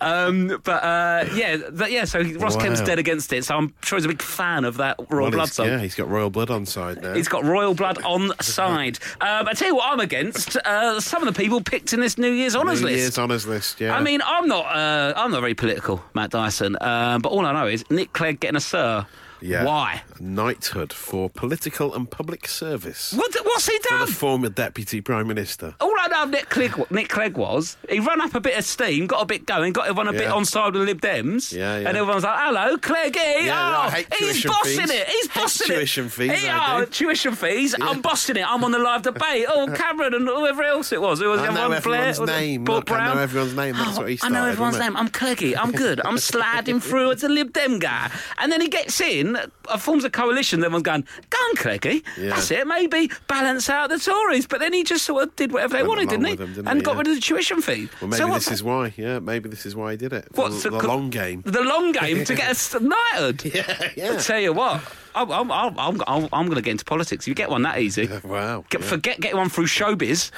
[SPEAKER 8] Um, but uh, yeah, that, yeah. So Ross
[SPEAKER 9] Wow.
[SPEAKER 8] Kemp's dead against it. So I'm sure he's a big fan of that Royal
[SPEAKER 9] Well,
[SPEAKER 8] Blood
[SPEAKER 9] he's-
[SPEAKER 8] song.
[SPEAKER 9] Yeah, he's got royal blood on side now.
[SPEAKER 8] He's got royal blood on side. Um, I tell you what, I'm against uh, some of the people picked in this New Year's honours
[SPEAKER 9] New
[SPEAKER 8] list.
[SPEAKER 9] Year's honours list. Yeah.
[SPEAKER 8] I mean, I'm not, uh, I'm not very political, Matt Dyson. Um, but all I know is Nick Clegg getting a sir.
[SPEAKER 9] Yeah.
[SPEAKER 8] Why?
[SPEAKER 9] knighthood for political and public service?
[SPEAKER 8] What, what's he
[SPEAKER 9] For
[SPEAKER 8] done?
[SPEAKER 9] the former deputy prime minister.
[SPEAKER 8] all I know of Nick Clegg, Nick Clegg was he ran up a bit of steam, got a bit going, got everyone a bit
[SPEAKER 9] Yeah.
[SPEAKER 8] on side with the Lib Dems.
[SPEAKER 9] Yeah, yeah.
[SPEAKER 8] And everyone's like, "Hello, Cleggy!
[SPEAKER 9] Yeah,
[SPEAKER 8] oh,
[SPEAKER 9] I hate
[SPEAKER 8] he's
[SPEAKER 9] tuition
[SPEAKER 8] bossing
[SPEAKER 9] fees.
[SPEAKER 8] it! He's
[SPEAKER 9] Hate
[SPEAKER 8] bossing it!
[SPEAKER 9] tuition fees,
[SPEAKER 8] He-
[SPEAKER 9] I
[SPEAKER 8] oh,
[SPEAKER 9] do.
[SPEAKER 8] tuition fees! I'm bossing it! I'm on the live debate! Oh, Cameron and whoever else it was, it was
[SPEAKER 9] I know
[SPEAKER 8] everyone
[SPEAKER 9] everyone's
[SPEAKER 8] Blair, was it
[SPEAKER 9] name.
[SPEAKER 8] Bob
[SPEAKER 9] Look, I know
[SPEAKER 8] Brown?
[SPEAKER 9] everyone's name. That's
[SPEAKER 8] oh,
[SPEAKER 9] what he
[SPEAKER 8] I know
[SPEAKER 9] started,
[SPEAKER 8] everyone's name.
[SPEAKER 9] wasn't it?
[SPEAKER 8] I'm Cleggy. I'm good. I'm sliding through as a Lib Dem guy, and then he gets in, uh, forms a coalition. Everyone's going, "Go on, Cleggy!
[SPEAKER 9] Yeah.
[SPEAKER 8] That's it. Maybe balance out the Tories." But then he just sort of did whatever they
[SPEAKER 9] Went
[SPEAKER 8] wanted,
[SPEAKER 9] along
[SPEAKER 8] didn't he?
[SPEAKER 9] with them, didn't
[SPEAKER 8] and
[SPEAKER 9] he?
[SPEAKER 8] got
[SPEAKER 9] Yeah.
[SPEAKER 8] rid of the tuition fee.
[SPEAKER 9] Well, maybe
[SPEAKER 8] so what,
[SPEAKER 9] this is why. Yeah, maybe this is why he did it. For
[SPEAKER 8] what's
[SPEAKER 9] the,
[SPEAKER 8] the-
[SPEAKER 9] long game?
[SPEAKER 8] The long game to get us knighted.
[SPEAKER 9] yeah.
[SPEAKER 8] I tell you what, I'm, I'm, I'm, I'm, I'm, I'm going to get into politics. If you get one that easy.
[SPEAKER 9] Wow.
[SPEAKER 8] Get,
[SPEAKER 9] yeah.
[SPEAKER 8] Forget getting one through showbiz.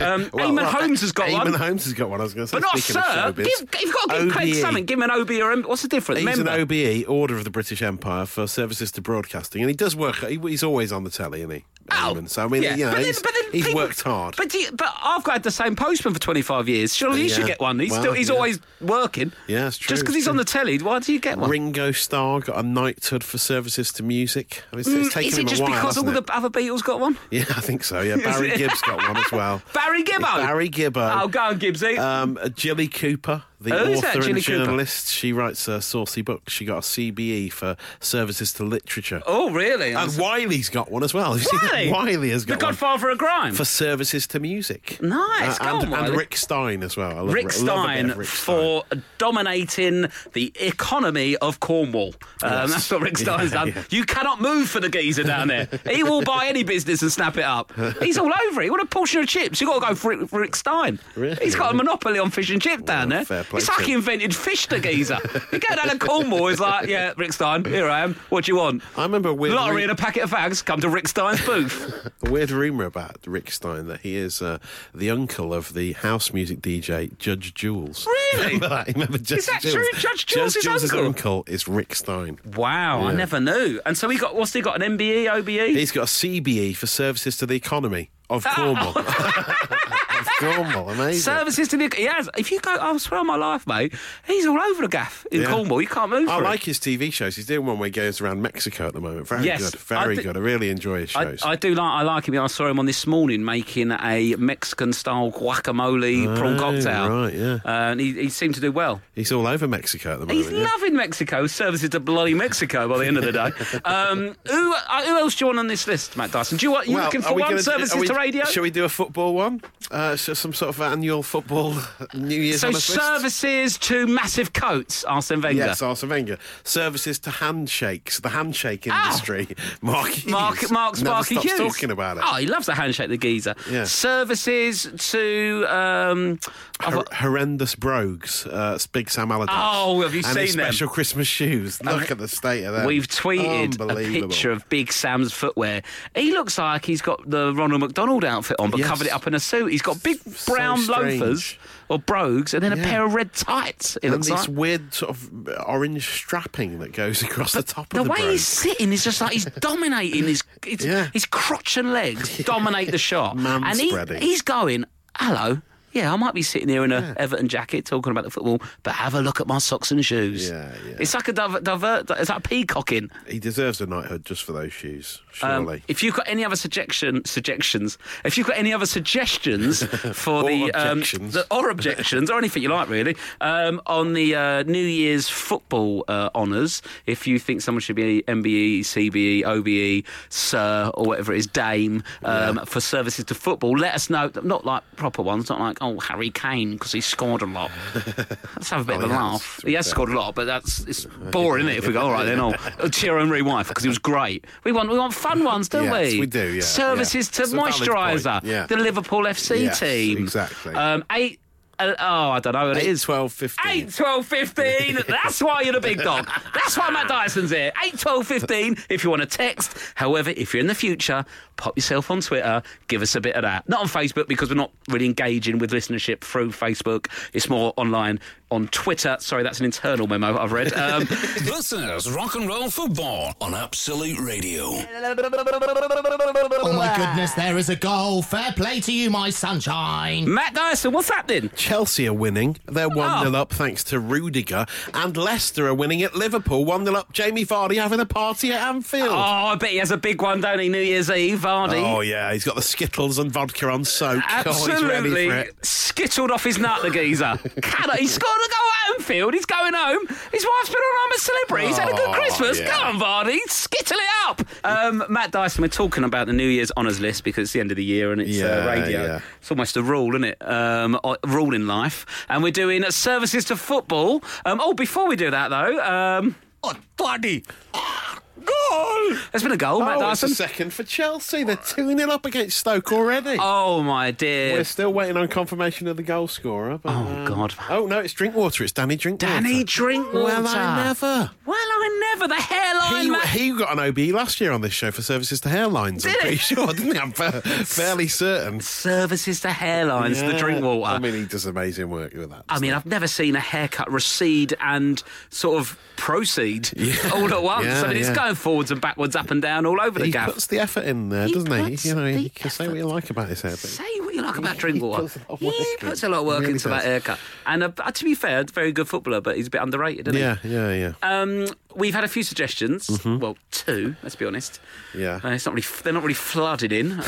[SPEAKER 8] Um,
[SPEAKER 9] Well,
[SPEAKER 8] Eamon
[SPEAKER 9] well,
[SPEAKER 8] Holmes has got
[SPEAKER 9] Eamon
[SPEAKER 8] one.
[SPEAKER 9] Holmes has got one. I was going to say.
[SPEAKER 8] But not
[SPEAKER 9] speaking of
[SPEAKER 8] Sir.
[SPEAKER 9] showbiz.
[SPEAKER 8] Give, you've got to give Craig
[SPEAKER 9] OBE.
[SPEAKER 8] something. Give him an OB or M. What's the difference?
[SPEAKER 9] He's
[SPEAKER 8] Member.
[SPEAKER 9] an OBE, Order of the British Empire, for services to broadcasting, and he does work. he- he's always on the telly, isn't he?
[SPEAKER 8] Oh,
[SPEAKER 9] Eamon? so I mean,
[SPEAKER 8] yeah.
[SPEAKER 9] you know,
[SPEAKER 8] But then-
[SPEAKER 9] he's,
[SPEAKER 8] but then
[SPEAKER 9] he's
[SPEAKER 8] people-
[SPEAKER 9] worked hard.
[SPEAKER 8] But do you, but I've had the same postman for 25 years. Surely you should
[SPEAKER 9] Yeah.
[SPEAKER 8] get one. He's
[SPEAKER 9] Well,
[SPEAKER 8] still he's
[SPEAKER 9] yeah.
[SPEAKER 8] always working.
[SPEAKER 9] Yeah, it's true,
[SPEAKER 8] Just because
[SPEAKER 9] it's
[SPEAKER 8] he's on
[SPEAKER 9] true.
[SPEAKER 8] the telly, why do you get one?
[SPEAKER 9] Ringo Starr got a knighthood for services to music. I mean, it's, it's
[SPEAKER 8] Mm,
[SPEAKER 9] taken
[SPEAKER 8] Is
[SPEAKER 9] him
[SPEAKER 8] it
[SPEAKER 9] a
[SPEAKER 8] just
[SPEAKER 9] while,
[SPEAKER 8] because all
[SPEAKER 9] hasn't
[SPEAKER 8] the
[SPEAKER 9] it?
[SPEAKER 8] other Beatles got one?
[SPEAKER 9] Yeah, I think so. Yeah, Barry
[SPEAKER 8] it?
[SPEAKER 9] Gibbs got one as well.
[SPEAKER 8] Barry Gibbo.
[SPEAKER 9] Barry Gibbo.
[SPEAKER 8] Oh, go on, Gibbsy.
[SPEAKER 9] Um, uh, Jilly Cooper, the
[SPEAKER 8] Who Oh, is that,
[SPEAKER 9] author
[SPEAKER 8] Jilly
[SPEAKER 9] and
[SPEAKER 8] Cooper?
[SPEAKER 9] journalist, she writes a saucy book. She got a CBE for services to literature.
[SPEAKER 8] oh, really?
[SPEAKER 9] And Wiley's got one as well. Have you seen that?
[SPEAKER 8] Wiley?
[SPEAKER 9] uh, Wiley has
[SPEAKER 8] the
[SPEAKER 9] got one
[SPEAKER 8] Godfather of Grime.
[SPEAKER 9] for services to music. Uh,
[SPEAKER 8] Nice, go
[SPEAKER 9] and,
[SPEAKER 8] on,
[SPEAKER 9] and
[SPEAKER 8] Wiley.
[SPEAKER 9] Rick Stein as well. I love
[SPEAKER 8] Rick
[SPEAKER 9] I love a bit
[SPEAKER 8] Stein
[SPEAKER 9] of Rick
[SPEAKER 8] for dominating the economy of Cornwall. Um,
[SPEAKER 9] Yes.
[SPEAKER 8] That's what Rick
[SPEAKER 9] Yeah,
[SPEAKER 8] Stein's done.
[SPEAKER 9] yeah.
[SPEAKER 8] You cannot move for the geezer down there. he will buy any business and snap it up. He's all over it. What a portion of chips. You've got to go for Rick, for Rick Stein.
[SPEAKER 9] Really?
[SPEAKER 8] He's got a monopoly on fish and chip down there.
[SPEAKER 9] fair play
[SPEAKER 8] it's
[SPEAKER 9] to
[SPEAKER 8] like he
[SPEAKER 9] him.
[SPEAKER 8] invented fish, the geezer. you go down to Cornwall, he's like, yeah, Rick Stein, here I am. What do you want?
[SPEAKER 9] I remember a weird,
[SPEAKER 8] Lottery
[SPEAKER 9] ru-
[SPEAKER 8] and a packet of fags, come to Rick Stein's booth.
[SPEAKER 9] a weird rumor about Rick Stein that he is uh, the uncle of the house music DJ Judge Jules.
[SPEAKER 8] Really?
[SPEAKER 9] Remember that? Remember Judge
[SPEAKER 8] that
[SPEAKER 9] Jules?
[SPEAKER 8] true? Judge Jules' his
[SPEAKER 9] Jules'
[SPEAKER 8] uncle?
[SPEAKER 9] is Rick Stein.
[SPEAKER 8] Wow, I
[SPEAKER 9] Yeah.
[SPEAKER 8] never knew. And so he got, what's he got, an E, MBE, OBE?
[SPEAKER 9] He's got a CBE for services to the economy of Cornwall. of Cornwall, amazing.
[SPEAKER 8] Oh. Services to the he has. If you go, I swear on my life, mate, he's all over the gaff in
[SPEAKER 9] Yeah.
[SPEAKER 8] Cornwall. You can't move.
[SPEAKER 9] I
[SPEAKER 8] for it.
[SPEAKER 9] like his TV shows. He's doing one where he goes around Mexico at the moment. Very
[SPEAKER 8] Yes,
[SPEAKER 9] good, very
[SPEAKER 8] I thi-
[SPEAKER 9] good. I really enjoy his
[SPEAKER 8] I,
[SPEAKER 9] shows.
[SPEAKER 8] I do like I like him. I saw him on this morning making a Mexican style guacamole prawn
[SPEAKER 9] Oh,
[SPEAKER 8] cocktail.
[SPEAKER 9] right, yeah.
[SPEAKER 8] Uh, and he, he seemed to do well.
[SPEAKER 9] He's all over Mexico at the moment.
[SPEAKER 8] He's
[SPEAKER 9] yeah.
[SPEAKER 8] loving Mexico. Services to bloody Mexico by the end of the day. Um, who uh, who else do you want on this list, Matt Dyson? Do you want you looking
[SPEAKER 9] are
[SPEAKER 8] for
[SPEAKER 9] we
[SPEAKER 8] one
[SPEAKER 9] gonna do-
[SPEAKER 8] services
[SPEAKER 9] are we-
[SPEAKER 8] to radio?
[SPEAKER 9] Shall we do a football one? Uh, so some sort of annual football New Year's
[SPEAKER 8] so
[SPEAKER 9] honours list?
[SPEAKER 8] services to massive coats, Arsene Wenger.
[SPEAKER 9] Yes, Arsene Wenger. Services to handshakes, the handshake industry. Mark Hughes.
[SPEAKER 8] Ah. Mark, Mark
[SPEAKER 9] Never
[SPEAKER 8] Sparky
[SPEAKER 9] stops
[SPEAKER 8] Hughes.
[SPEAKER 9] talking about it.
[SPEAKER 8] Oh, he loves the handshake, the geezer.
[SPEAKER 9] Yeah.
[SPEAKER 8] Services to. Um, I've
[SPEAKER 9] Hor-
[SPEAKER 8] got-
[SPEAKER 9] horrendous brogues, uh, it's Big Sam Allardyce.
[SPEAKER 8] Oh, have you
[SPEAKER 9] and his
[SPEAKER 8] seen them?
[SPEAKER 9] special Christmas shoes. Look at the state of them.
[SPEAKER 8] We've tweeted a
[SPEAKER 9] Um, Unbelievable.
[SPEAKER 8] picture of Big Sam's footwear. He looks like he's got the Ronald McDonald outfit on, but
[SPEAKER 9] Yes.
[SPEAKER 8] covered it up in a suit. He's got big
[SPEAKER 9] So
[SPEAKER 8] brown
[SPEAKER 9] strange.
[SPEAKER 8] loafers or brogues, and then a
[SPEAKER 9] Yeah.
[SPEAKER 8] pair of red tights. It
[SPEAKER 9] and
[SPEAKER 8] looks
[SPEAKER 9] this
[SPEAKER 8] like.
[SPEAKER 9] weird sort of orange strapping that goes across the top
[SPEAKER 8] The
[SPEAKER 9] of the
[SPEAKER 8] way
[SPEAKER 9] brogue.
[SPEAKER 8] he's sitting is just like he's dominating his his,
[SPEAKER 9] Yeah.
[SPEAKER 8] his crotch and legs dominate the shot,
[SPEAKER 9] Man
[SPEAKER 8] and he,
[SPEAKER 9] spreading.
[SPEAKER 8] he's going hello. Yeah, I might be sitting here in a Everton jacket talking about the football, but have a look at my socks and shoes.
[SPEAKER 9] Yeah, yeah.
[SPEAKER 8] It's like a diver, divert. It's like peacocking.
[SPEAKER 9] He deserves a knighthood just for those shoes,
[SPEAKER 8] Um,
[SPEAKER 9] surely.
[SPEAKER 8] if you've got any other suggestion, suggestions, if you've got any other suggestions for
[SPEAKER 9] Or
[SPEAKER 8] the, um,
[SPEAKER 9] objections.
[SPEAKER 8] the or objections or anything you like really um, on the uh, New Year's football uh, honours, if you think someone should be E, MBE, CBE, OBE, E, Sir or whatever it is, Dame um, for services to football, let us know. Not like proper ones, not like oh Harry Kane because he scored a lot. Let's have a bit
[SPEAKER 9] Oh,
[SPEAKER 8] of a
[SPEAKER 9] he has,
[SPEAKER 8] laugh.
[SPEAKER 9] to be
[SPEAKER 8] He has
[SPEAKER 9] fair.
[SPEAKER 8] scored a lot, but that's it's boring, isn't it? If we go, all right, then I'll I'll cheer on Ray Wife because he was great. We want we want fun ones, don't
[SPEAKER 9] Yes,
[SPEAKER 8] we?
[SPEAKER 9] we do, yeah,
[SPEAKER 8] Services
[SPEAKER 9] yeah.
[SPEAKER 8] to
[SPEAKER 9] It's a valid point,
[SPEAKER 8] moisturiser,
[SPEAKER 9] yeah.
[SPEAKER 8] the Liverpool FC
[SPEAKER 9] Yes,
[SPEAKER 8] team,
[SPEAKER 9] exactly.
[SPEAKER 8] Um, eight uh, oh, I don't know. what it is.
[SPEAKER 9] 12, 15.
[SPEAKER 8] 8, 12, 15. That's why you're the big dog. That's why Matt Dyson's here. 8, 12, 15 if you want to text. However, if you're in the future, pop yourself on Twitter. Give us a bit of that. Not on Facebook because we're not really engaging with listenership through Facebook. It's more online on Twitter. Sorry, that's an internal memo I've read. Um,
[SPEAKER 2] Listeners, rock and roll football on Absolute Radio.
[SPEAKER 3] Oh my goodness, there is a goal. Fair play to you, my sunshine.
[SPEAKER 8] Matt Dyson, what's happening?
[SPEAKER 9] Chelsea are winning.
[SPEAKER 8] Oh.
[SPEAKER 9] They're 1 0 up thanks to Rudiger. And Leicester are winning at Liverpool 1 0 up. Jamie Vardy having a party at Anfield.
[SPEAKER 8] Oh, I bet he has a big one, don't he? New Year's Eve, Vardy.
[SPEAKER 9] Oh, yeah, he's got the Skittles and vodka on soak. Oh, he's ready
[SPEAKER 8] Absolutely
[SPEAKER 9] for it.
[SPEAKER 8] skittled off his nut, the geezer. Can he scored a goal at Anfield. He's going home. His wife's been on. I'm a celebrity. He's had a good
[SPEAKER 9] Oh,
[SPEAKER 8] Christmas.
[SPEAKER 9] yeah.
[SPEAKER 8] Come on, Vardy. Skittle it up. Um, Matt Dyson, we're talking about the New Year's honours list because it's the end of the year and it's uh,
[SPEAKER 9] Yeah,
[SPEAKER 8] radio.
[SPEAKER 9] yeah.
[SPEAKER 8] It's almost a rule, isn't it? Um, a rule in life. And we're doing services to football. Um, oh, before we do that, though. Um,
[SPEAKER 3] Oh, bloody.
[SPEAKER 8] goal! There's been a goal, Matt
[SPEAKER 9] Oh, it's
[SPEAKER 8] Dyson.
[SPEAKER 9] a second for Chelsea. They're 2 0 up against Stoke already.
[SPEAKER 8] Oh, my dear.
[SPEAKER 9] We're still waiting on confirmation of the goal scorer. But,
[SPEAKER 8] Oh, God.
[SPEAKER 9] Oh, no, it's Drinkwater. It's Danny Drinkwater.
[SPEAKER 8] Danny Drinkwater.
[SPEAKER 9] Well, I never.
[SPEAKER 8] Well, I never. The hairline,
[SPEAKER 9] He,
[SPEAKER 8] Matt.
[SPEAKER 9] he got an OB last year on this show for services to hairlines. I'm
[SPEAKER 8] Did
[SPEAKER 9] pretty
[SPEAKER 8] he?
[SPEAKER 9] sure, didn't he? I'm fa- fairly certain.
[SPEAKER 8] Services to hairlines, the
[SPEAKER 9] Yeah.
[SPEAKER 8] drink water.
[SPEAKER 9] I mean, he does amazing work with that.
[SPEAKER 8] I mean, I've never seen a haircut recede and sort of proceed all at once.
[SPEAKER 9] Yeah,
[SPEAKER 8] I mean, it's
[SPEAKER 9] yeah.
[SPEAKER 8] going forwards and backwards, up and down, all over the
[SPEAKER 9] he
[SPEAKER 8] gaff.
[SPEAKER 9] puts the effort in there,
[SPEAKER 8] He
[SPEAKER 9] doesn't
[SPEAKER 8] puts
[SPEAKER 9] he? You know,
[SPEAKER 8] the
[SPEAKER 9] you can say what you like about his hair, but
[SPEAKER 8] Say what you like about Drinkwater.
[SPEAKER 9] puts a lot of work
[SPEAKER 8] He
[SPEAKER 9] in.
[SPEAKER 8] puts a lot of work
[SPEAKER 9] Really
[SPEAKER 8] into
[SPEAKER 9] does.
[SPEAKER 8] that haircut. And uh, to be fair, very good footballer, but he's a bit underrated, isn't
[SPEAKER 9] yeah,
[SPEAKER 8] he?
[SPEAKER 9] yeah, yeah.
[SPEAKER 8] Um, we've had a few suggestions. Well, two, let's be honest.
[SPEAKER 9] Mm-hmm. Yeah.
[SPEAKER 8] Uh, it's not really. They're not really flooded in.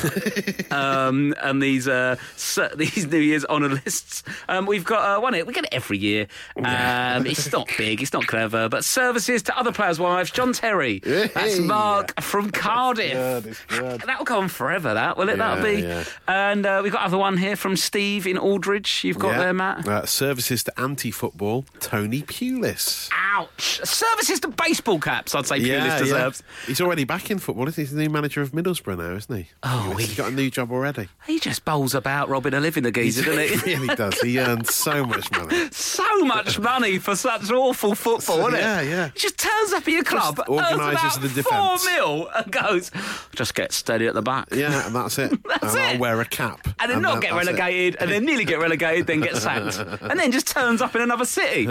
[SPEAKER 8] um, and these uh, cer- these New Year's honour lists. Um, we've got uh, one. here- We get it every year. Um, it's not big. It's not clever. But services to other players' wives. John Terry. That's
[SPEAKER 9] Hey.
[SPEAKER 8] Mark from Cardiff.
[SPEAKER 9] good, it's good.
[SPEAKER 8] That'll go on forever. That will it? That'll
[SPEAKER 9] Yeah,
[SPEAKER 8] be.
[SPEAKER 9] yeah.
[SPEAKER 8] And uh, we've got other one here from Steve in Aldridge. You've got
[SPEAKER 9] Yeah.
[SPEAKER 8] there, Matt.
[SPEAKER 9] Uh, services to anti-football, Tony Pulis.
[SPEAKER 8] Ouch! Services to baseball caps. I'd say Pulis deserves.
[SPEAKER 9] He's already back in football, isn't he? He's the new manager of Middlesbrough now, isn't he?
[SPEAKER 8] Oh,
[SPEAKER 9] he's
[SPEAKER 8] he-
[SPEAKER 9] got a new job already.
[SPEAKER 8] He just bowls about robbing a living, the geezer, doesn't he?
[SPEAKER 9] really does. He earns so much money.
[SPEAKER 8] so much money for such awful football, isn't it?
[SPEAKER 9] Yeah, yeah.
[SPEAKER 8] He just turns up at your club, earns
[SPEAKER 9] organises
[SPEAKER 8] about
[SPEAKER 9] the
[SPEAKER 8] four
[SPEAKER 9] defence.
[SPEAKER 8] mil, and goes, just get steady at the back.
[SPEAKER 9] Yeah, and that's it.
[SPEAKER 8] That's
[SPEAKER 9] and
[SPEAKER 8] it.
[SPEAKER 9] I'll wear a cap.
[SPEAKER 8] And then not
[SPEAKER 9] that-
[SPEAKER 8] get
[SPEAKER 9] that's it.
[SPEAKER 8] relegated, and then nearly get relegated, then get sacked, and then just turns up in another city.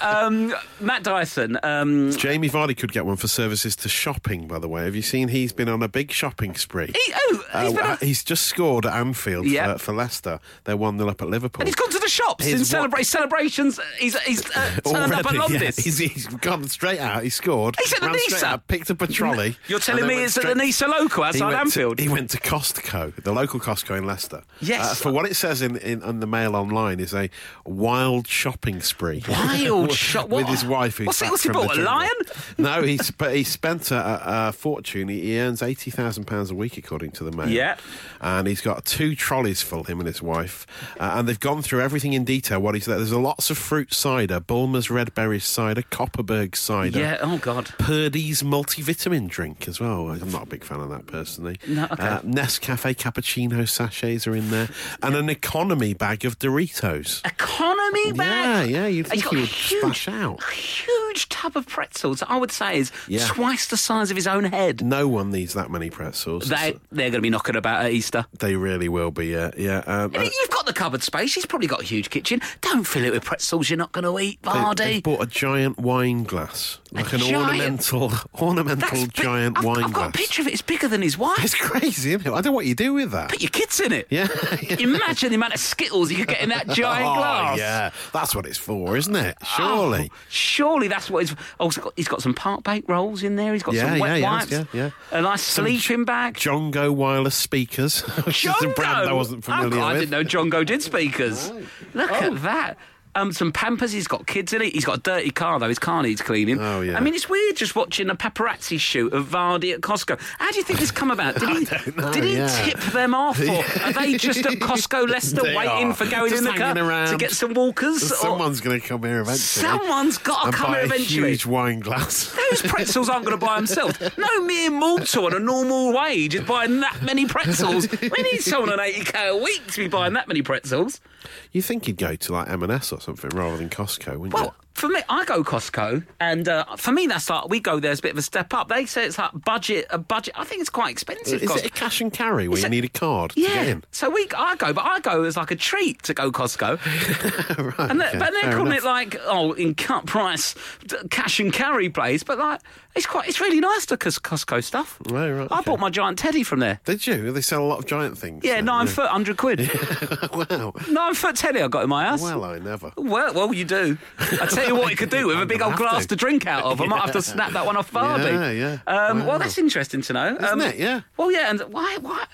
[SPEAKER 8] Um, Matt Dyson, um,
[SPEAKER 9] Jamie Vardy could get one for services to shopping, by the way. Have you seen he's been on a big shopping spree?
[SPEAKER 8] he, oh, he's been
[SPEAKER 9] Uh,
[SPEAKER 8] on-
[SPEAKER 9] he's just scored at Anfield
[SPEAKER 8] Yeah.
[SPEAKER 9] for, for Leicester. They're 1 0 up at Liverpool.
[SPEAKER 8] and he's gone to the shops
[SPEAKER 9] His
[SPEAKER 8] in
[SPEAKER 9] what-
[SPEAKER 8] celebra- celebrations. He's, he's uh, turned up at
[SPEAKER 9] Already, yeah.
[SPEAKER 8] Loftus.
[SPEAKER 9] He's, he's gone straight out. He scored.
[SPEAKER 8] He's at the
[SPEAKER 9] ran straight
[SPEAKER 8] Nisa.
[SPEAKER 9] out, Picked up a trolley.
[SPEAKER 8] You're
[SPEAKER 9] and
[SPEAKER 8] telling
[SPEAKER 9] then
[SPEAKER 8] me
[SPEAKER 9] went
[SPEAKER 8] it's at the
[SPEAKER 9] straight-
[SPEAKER 8] Nisa Local
[SPEAKER 9] He
[SPEAKER 8] outside
[SPEAKER 9] went to-
[SPEAKER 8] Anfield?
[SPEAKER 9] he went to Costco, the local Costco in Leicester.
[SPEAKER 8] Yes.
[SPEAKER 9] Uh, for what it says in, in on the Mail Online is a wild shopping spree.
[SPEAKER 8] Wild shop-
[SPEAKER 9] with
[SPEAKER 8] what-
[SPEAKER 9] his wife. Who's
[SPEAKER 8] What's he-
[SPEAKER 9] back
[SPEAKER 8] what's he
[SPEAKER 9] from the
[SPEAKER 8] bought, a
[SPEAKER 9] jungle.
[SPEAKER 8] lion?
[SPEAKER 9] no, he's but he spent a, a fortune. He, he earns eighty thousand pounds a week, according to the Mail.
[SPEAKER 8] Yeah.
[SPEAKER 9] and he's got two trolleys full. Him and his wife, uh, and they've gone through everything in detail. What he's there. There's lots of fruit cider, Bulmer's red berries cider, Copperberg cider.
[SPEAKER 8] yeah, oh, God.
[SPEAKER 9] Purdy's multivitamin drink as well. I'm not a big fan of that personally.
[SPEAKER 8] No, okay.
[SPEAKER 9] Uh, Nescafe cappuccino sachets are in there, and an economy bag of Doritos.
[SPEAKER 8] Economy bag.
[SPEAKER 9] Yeah, yeah, you'd
[SPEAKER 8] He's
[SPEAKER 9] think
[SPEAKER 8] got
[SPEAKER 9] he
[SPEAKER 8] a
[SPEAKER 9] would
[SPEAKER 8] huge,
[SPEAKER 9] splash out.
[SPEAKER 8] a Huge tub of pretzels. I would say is
[SPEAKER 9] Yeah.
[SPEAKER 8] twice the size of his own head.
[SPEAKER 9] No one needs that many pretzels.
[SPEAKER 8] They they're going to be knocking about at Easter.
[SPEAKER 9] They really will be. Yeah, yeah. Um,
[SPEAKER 8] I mean, you've got the cupboard space. He's probably got a huge kitchen. Don't fill it with pretzels. You're not going to eat,
[SPEAKER 9] they-
[SPEAKER 8] Vardy.
[SPEAKER 9] they've bought a giant wine glass, like an
[SPEAKER 8] giant-
[SPEAKER 9] ornamental, ornamental
[SPEAKER 8] big-
[SPEAKER 9] giant
[SPEAKER 8] I've,
[SPEAKER 9] wine
[SPEAKER 8] I've
[SPEAKER 9] glass.
[SPEAKER 8] got a picture of it. It's bigger than his
[SPEAKER 9] It's
[SPEAKER 8] wife.
[SPEAKER 9] crazy, isn't it? I don't know what you do with that.
[SPEAKER 8] Put your kids in it.
[SPEAKER 9] Yeah, yeah.
[SPEAKER 8] Imagine the amount of skittles you could get in that giant
[SPEAKER 9] oh,
[SPEAKER 8] glass.
[SPEAKER 9] Yeah, that's what it's for, isn't it? Surely.
[SPEAKER 8] Oh, surely that's what he's. Oh, he's got, he's got some part baked rolls in there. He's got
[SPEAKER 9] Yeah,
[SPEAKER 8] some wet
[SPEAKER 9] yeah, he
[SPEAKER 8] wipes.
[SPEAKER 9] has, yeah,
[SPEAKER 8] A nice
[SPEAKER 9] Some
[SPEAKER 8] sleeping bag.
[SPEAKER 9] Jongo wireless speakers, which is a brand I wasn't
[SPEAKER 8] Oh,
[SPEAKER 9] familiar
[SPEAKER 8] I
[SPEAKER 9] with.
[SPEAKER 8] didn't know Jongo did speakers. Look at that. um, some Pampers. He's got kids in it. He's got a dirty car though. His car needs cleaning.
[SPEAKER 9] Oh, yeah.
[SPEAKER 8] I mean, it's weird just watching a paparazzi shoot of Vardy at Costco. How do you think this come about? Did he,
[SPEAKER 9] don't know,
[SPEAKER 8] did he
[SPEAKER 9] yeah.
[SPEAKER 8] tip them off, or are they just at Costco Leicester
[SPEAKER 9] They
[SPEAKER 8] waiting
[SPEAKER 9] are.
[SPEAKER 8] for going
[SPEAKER 9] Just
[SPEAKER 8] in the car
[SPEAKER 9] hanging around.
[SPEAKER 8] to get some walkers? or-
[SPEAKER 9] Someone's going to come here eventually.
[SPEAKER 8] Someone's got
[SPEAKER 9] and
[SPEAKER 8] to come
[SPEAKER 9] buy
[SPEAKER 8] here eventually.
[SPEAKER 9] a huge wine glass.
[SPEAKER 8] Those pretzels aren't going to buy themselves. No mere mortal on a normal wage is buying that many pretzels. We need someone on 80k a week to be buying that many pretzels.
[SPEAKER 9] you think you'd go to like M&S or something rather than Costco, wouldn't
[SPEAKER 8] Well, for me, I go Costco, and uh, for me, that's like we go there as a bit of a step up. They say it's like budget, a budget. I think it's quite
[SPEAKER 9] you?
[SPEAKER 8] expensive.
[SPEAKER 9] Is
[SPEAKER 8] Costco.
[SPEAKER 9] it a cash and carry where
[SPEAKER 8] It's
[SPEAKER 9] you
[SPEAKER 8] a-
[SPEAKER 9] need a card to get
[SPEAKER 8] Yeah,
[SPEAKER 9] in?
[SPEAKER 8] so we I go, but I go as like a treat to go Costco,
[SPEAKER 9] right,
[SPEAKER 8] and they're,
[SPEAKER 9] okay,
[SPEAKER 8] but they're
[SPEAKER 9] fair
[SPEAKER 8] calling
[SPEAKER 9] enough.
[SPEAKER 8] it like oh in cut price d- cash and carry place, but like it's quite it's really nice to Cos- Costco stuff.
[SPEAKER 9] Right, right,
[SPEAKER 8] I
[SPEAKER 9] okay.
[SPEAKER 8] bought my giant teddy from there.
[SPEAKER 9] Did you? They sell a lot of giant things.
[SPEAKER 8] Yeah,
[SPEAKER 9] there,
[SPEAKER 8] nine foot, hundred quid.
[SPEAKER 9] wow.
[SPEAKER 8] Nine foot telly I got in my ass.
[SPEAKER 9] Well, I never.
[SPEAKER 8] Well, well, you do. I tell you what, you could do with a
[SPEAKER 9] I'm
[SPEAKER 8] big
[SPEAKER 9] gonna
[SPEAKER 8] old
[SPEAKER 9] have
[SPEAKER 8] glass to.
[SPEAKER 9] to.
[SPEAKER 8] drink out of. I might have to snap that one off Vardy.
[SPEAKER 9] Yeah, yeah.
[SPEAKER 8] Um, Well,
[SPEAKER 9] Wow.
[SPEAKER 8] that's interesting to know, Um,
[SPEAKER 9] Isn't it? Yeah.
[SPEAKER 8] Well, yeah, and why? Why?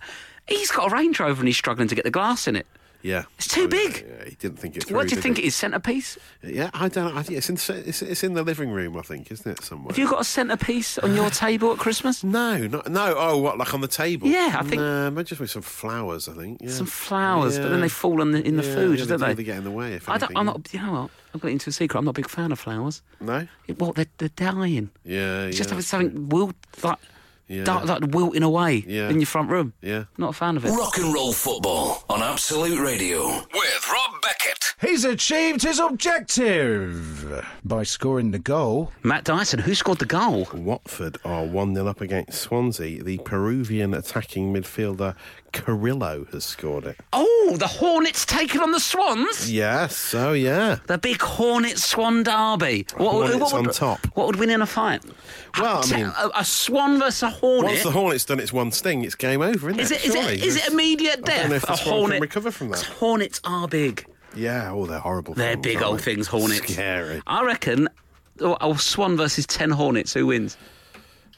[SPEAKER 8] He's got a Range Rover and he's struggling to get the glass in it.
[SPEAKER 9] Yeah.
[SPEAKER 8] It's too big.
[SPEAKER 9] Yeah, he didn't think it through.
[SPEAKER 8] What do you
[SPEAKER 9] did
[SPEAKER 8] think
[SPEAKER 9] he?
[SPEAKER 8] it is? Centerpiece?
[SPEAKER 9] Yeah, I don't. I think it's in it's, it's in the living room. I think isn't it somewhere?
[SPEAKER 8] Have you got a centerpiece on your table at Christmas?
[SPEAKER 9] No, not, no. Oh, what like on the table?
[SPEAKER 8] Yeah, I think-
[SPEAKER 9] Nah, maybe just with some flowers. I think yeah.
[SPEAKER 8] Some flowers, but
[SPEAKER 9] Yeah.
[SPEAKER 8] then they fall in the, in the
[SPEAKER 9] Yeah,
[SPEAKER 8] food,
[SPEAKER 9] yeah,
[SPEAKER 8] don't
[SPEAKER 9] they
[SPEAKER 8] they?
[SPEAKER 9] do, they get in the way, if
[SPEAKER 8] I don't,
[SPEAKER 9] anything,
[SPEAKER 8] I'm
[SPEAKER 9] yeah.
[SPEAKER 8] not. You know what? I've got into a secret. I'm not a big fan of flowers.
[SPEAKER 9] No.
[SPEAKER 8] It- Well, they're, they're dying.
[SPEAKER 9] Yeah,
[SPEAKER 8] It's just
[SPEAKER 9] yeah.
[SPEAKER 8] having something wilt, like,
[SPEAKER 9] Yeah.
[SPEAKER 8] dark, like wilting away
[SPEAKER 9] Yeah.
[SPEAKER 8] in your front room.
[SPEAKER 9] Yeah.
[SPEAKER 8] Not a fan of it.
[SPEAKER 2] Rock and roll football on Absolute Radio.
[SPEAKER 12] With Rob Beckett.
[SPEAKER 13] He's achieved his objective by scoring the goal.
[SPEAKER 8] Matt Dyson, who scored the goal?
[SPEAKER 9] Watford are 1 0 up against Swansea. The Peruvian attacking midfielder Carrillo has scored it.
[SPEAKER 8] Oh, the Hornets taking on the Swans.
[SPEAKER 9] Yes, so yeah.
[SPEAKER 8] The big Hornet Swan Derby. would,
[SPEAKER 9] Hornets on top.
[SPEAKER 8] What would win in a fight?
[SPEAKER 9] Well, I
[SPEAKER 8] Te-
[SPEAKER 9] mean-
[SPEAKER 8] a, a Swan versus a Hornet.
[SPEAKER 9] Once the Hornet's done its one sting, it's game over, isn't
[SPEAKER 8] is
[SPEAKER 9] it?
[SPEAKER 8] it, is
[SPEAKER 9] Surely.
[SPEAKER 8] it, is it
[SPEAKER 9] It's-
[SPEAKER 8] immediate death?
[SPEAKER 9] I don't know if
[SPEAKER 8] a
[SPEAKER 9] the Swan
[SPEAKER 8] Hornet
[SPEAKER 9] can recover from that.
[SPEAKER 8] 'Cause Hornets are big.
[SPEAKER 9] Yeah, oh, they're horrible.
[SPEAKER 8] They're
[SPEAKER 9] things,
[SPEAKER 8] big
[SPEAKER 9] aren't
[SPEAKER 8] old
[SPEAKER 9] they?
[SPEAKER 8] things, Hornets.
[SPEAKER 9] Scary.
[SPEAKER 8] I reckon. Oh, oh, Swan versus ten Hornets. Who wins?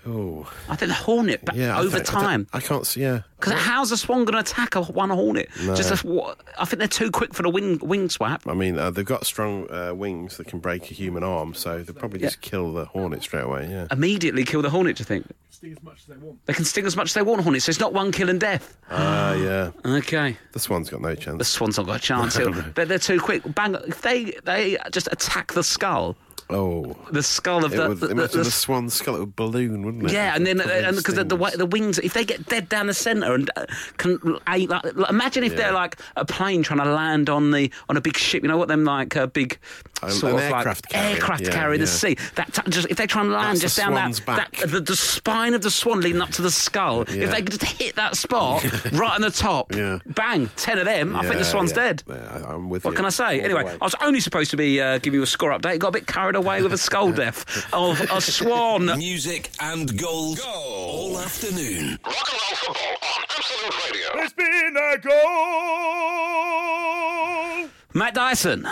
[SPEAKER 9] Oh,
[SPEAKER 8] I think the Hornet ba-
[SPEAKER 9] yeah. I
[SPEAKER 8] over
[SPEAKER 9] don't- I don't-
[SPEAKER 8] time.
[SPEAKER 9] I, can't see, yeah.
[SPEAKER 8] Because how's a Swan going to attack a one Hornet? Just a, wha- I think they're too quick for the wing wing swap.
[SPEAKER 9] I mean, uh, they've got strong uh, wings that can break a human arm, so they'll probably just kill the Hornet straight away, yeah.
[SPEAKER 8] immediately kill the hornet, do you think?
[SPEAKER 5] Sting as much as they want.
[SPEAKER 8] They can sting as much as they want, hornets, so it's not one kill and death.
[SPEAKER 9] Ah, yeah.
[SPEAKER 8] Okay.
[SPEAKER 9] This one's got no chance.
[SPEAKER 8] The swan's not got a chance. It'll- But they're too quick. Bang. If they, they just attack the skull,
[SPEAKER 9] Oh.
[SPEAKER 8] the skull of
[SPEAKER 9] It
[SPEAKER 8] the.
[SPEAKER 9] would,
[SPEAKER 8] the- the-
[SPEAKER 9] imagine
[SPEAKER 8] the-
[SPEAKER 9] the, swan skull, it would balloon, wouldn't it?
[SPEAKER 8] yeah, and then
[SPEAKER 9] Probably
[SPEAKER 8] and because the, the, way,
[SPEAKER 9] stings.
[SPEAKER 8] the wings, if they get dead down the centre and uh, can I- like, like, imagine if
[SPEAKER 9] Yeah.
[SPEAKER 8] they're like a plane trying to land on the on a big ship, you know what them like uh, big
[SPEAKER 9] Oh,
[SPEAKER 8] sort
[SPEAKER 9] an
[SPEAKER 8] of
[SPEAKER 9] aircraft
[SPEAKER 8] like
[SPEAKER 9] carrier.
[SPEAKER 8] aircraft
[SPEAKER 9] Yeah,
[SPEAKER 8] carrier in the
[SPEAKER 9] yeah.
[SPEAKER 8] sea. That t- just if they try and land
[SPEAKER 9] That's
[SPEAKER 8] just
[SPEAKER 9] the
[SPEAKER 8] down that,
[SPEAKER 9] swan's back.
[SPEAKER 8] that the, the spine of the swan leading up to the skull,
[SPEAKER 9] Yeah.
[SPEAKER 8] if they could just hit that spot right on the top,
[SPEAKER 9] Yeah.
[SPEAKER 8] bang, ten of them, I think the
[SPEAKER 9] Yeah,
[SPEAKER 8] swan's
[SPEAKER 9] yeah.
[SPEAKER 8] dead.
[SPEAKER 9] Yeah, I- I'm with
[SPEAKER 8] What
[SPEAKER 9] you.
[SPEAKER 8] can I say?
[SPEAKER 9] All
[SPEAKER 8] Anyway,
[SPEAKER 9] the way.
[SPEAKER 8] I was only supposed to be uh, giving you a score update. Got a bit carried away with a skull death of a swan.
[SPEAKER 2] Music and goals all afternoon.
[SPEAKER 12] Rock and roll football on Absolute Radio.
[SPEAKER 8] Matt Dyson.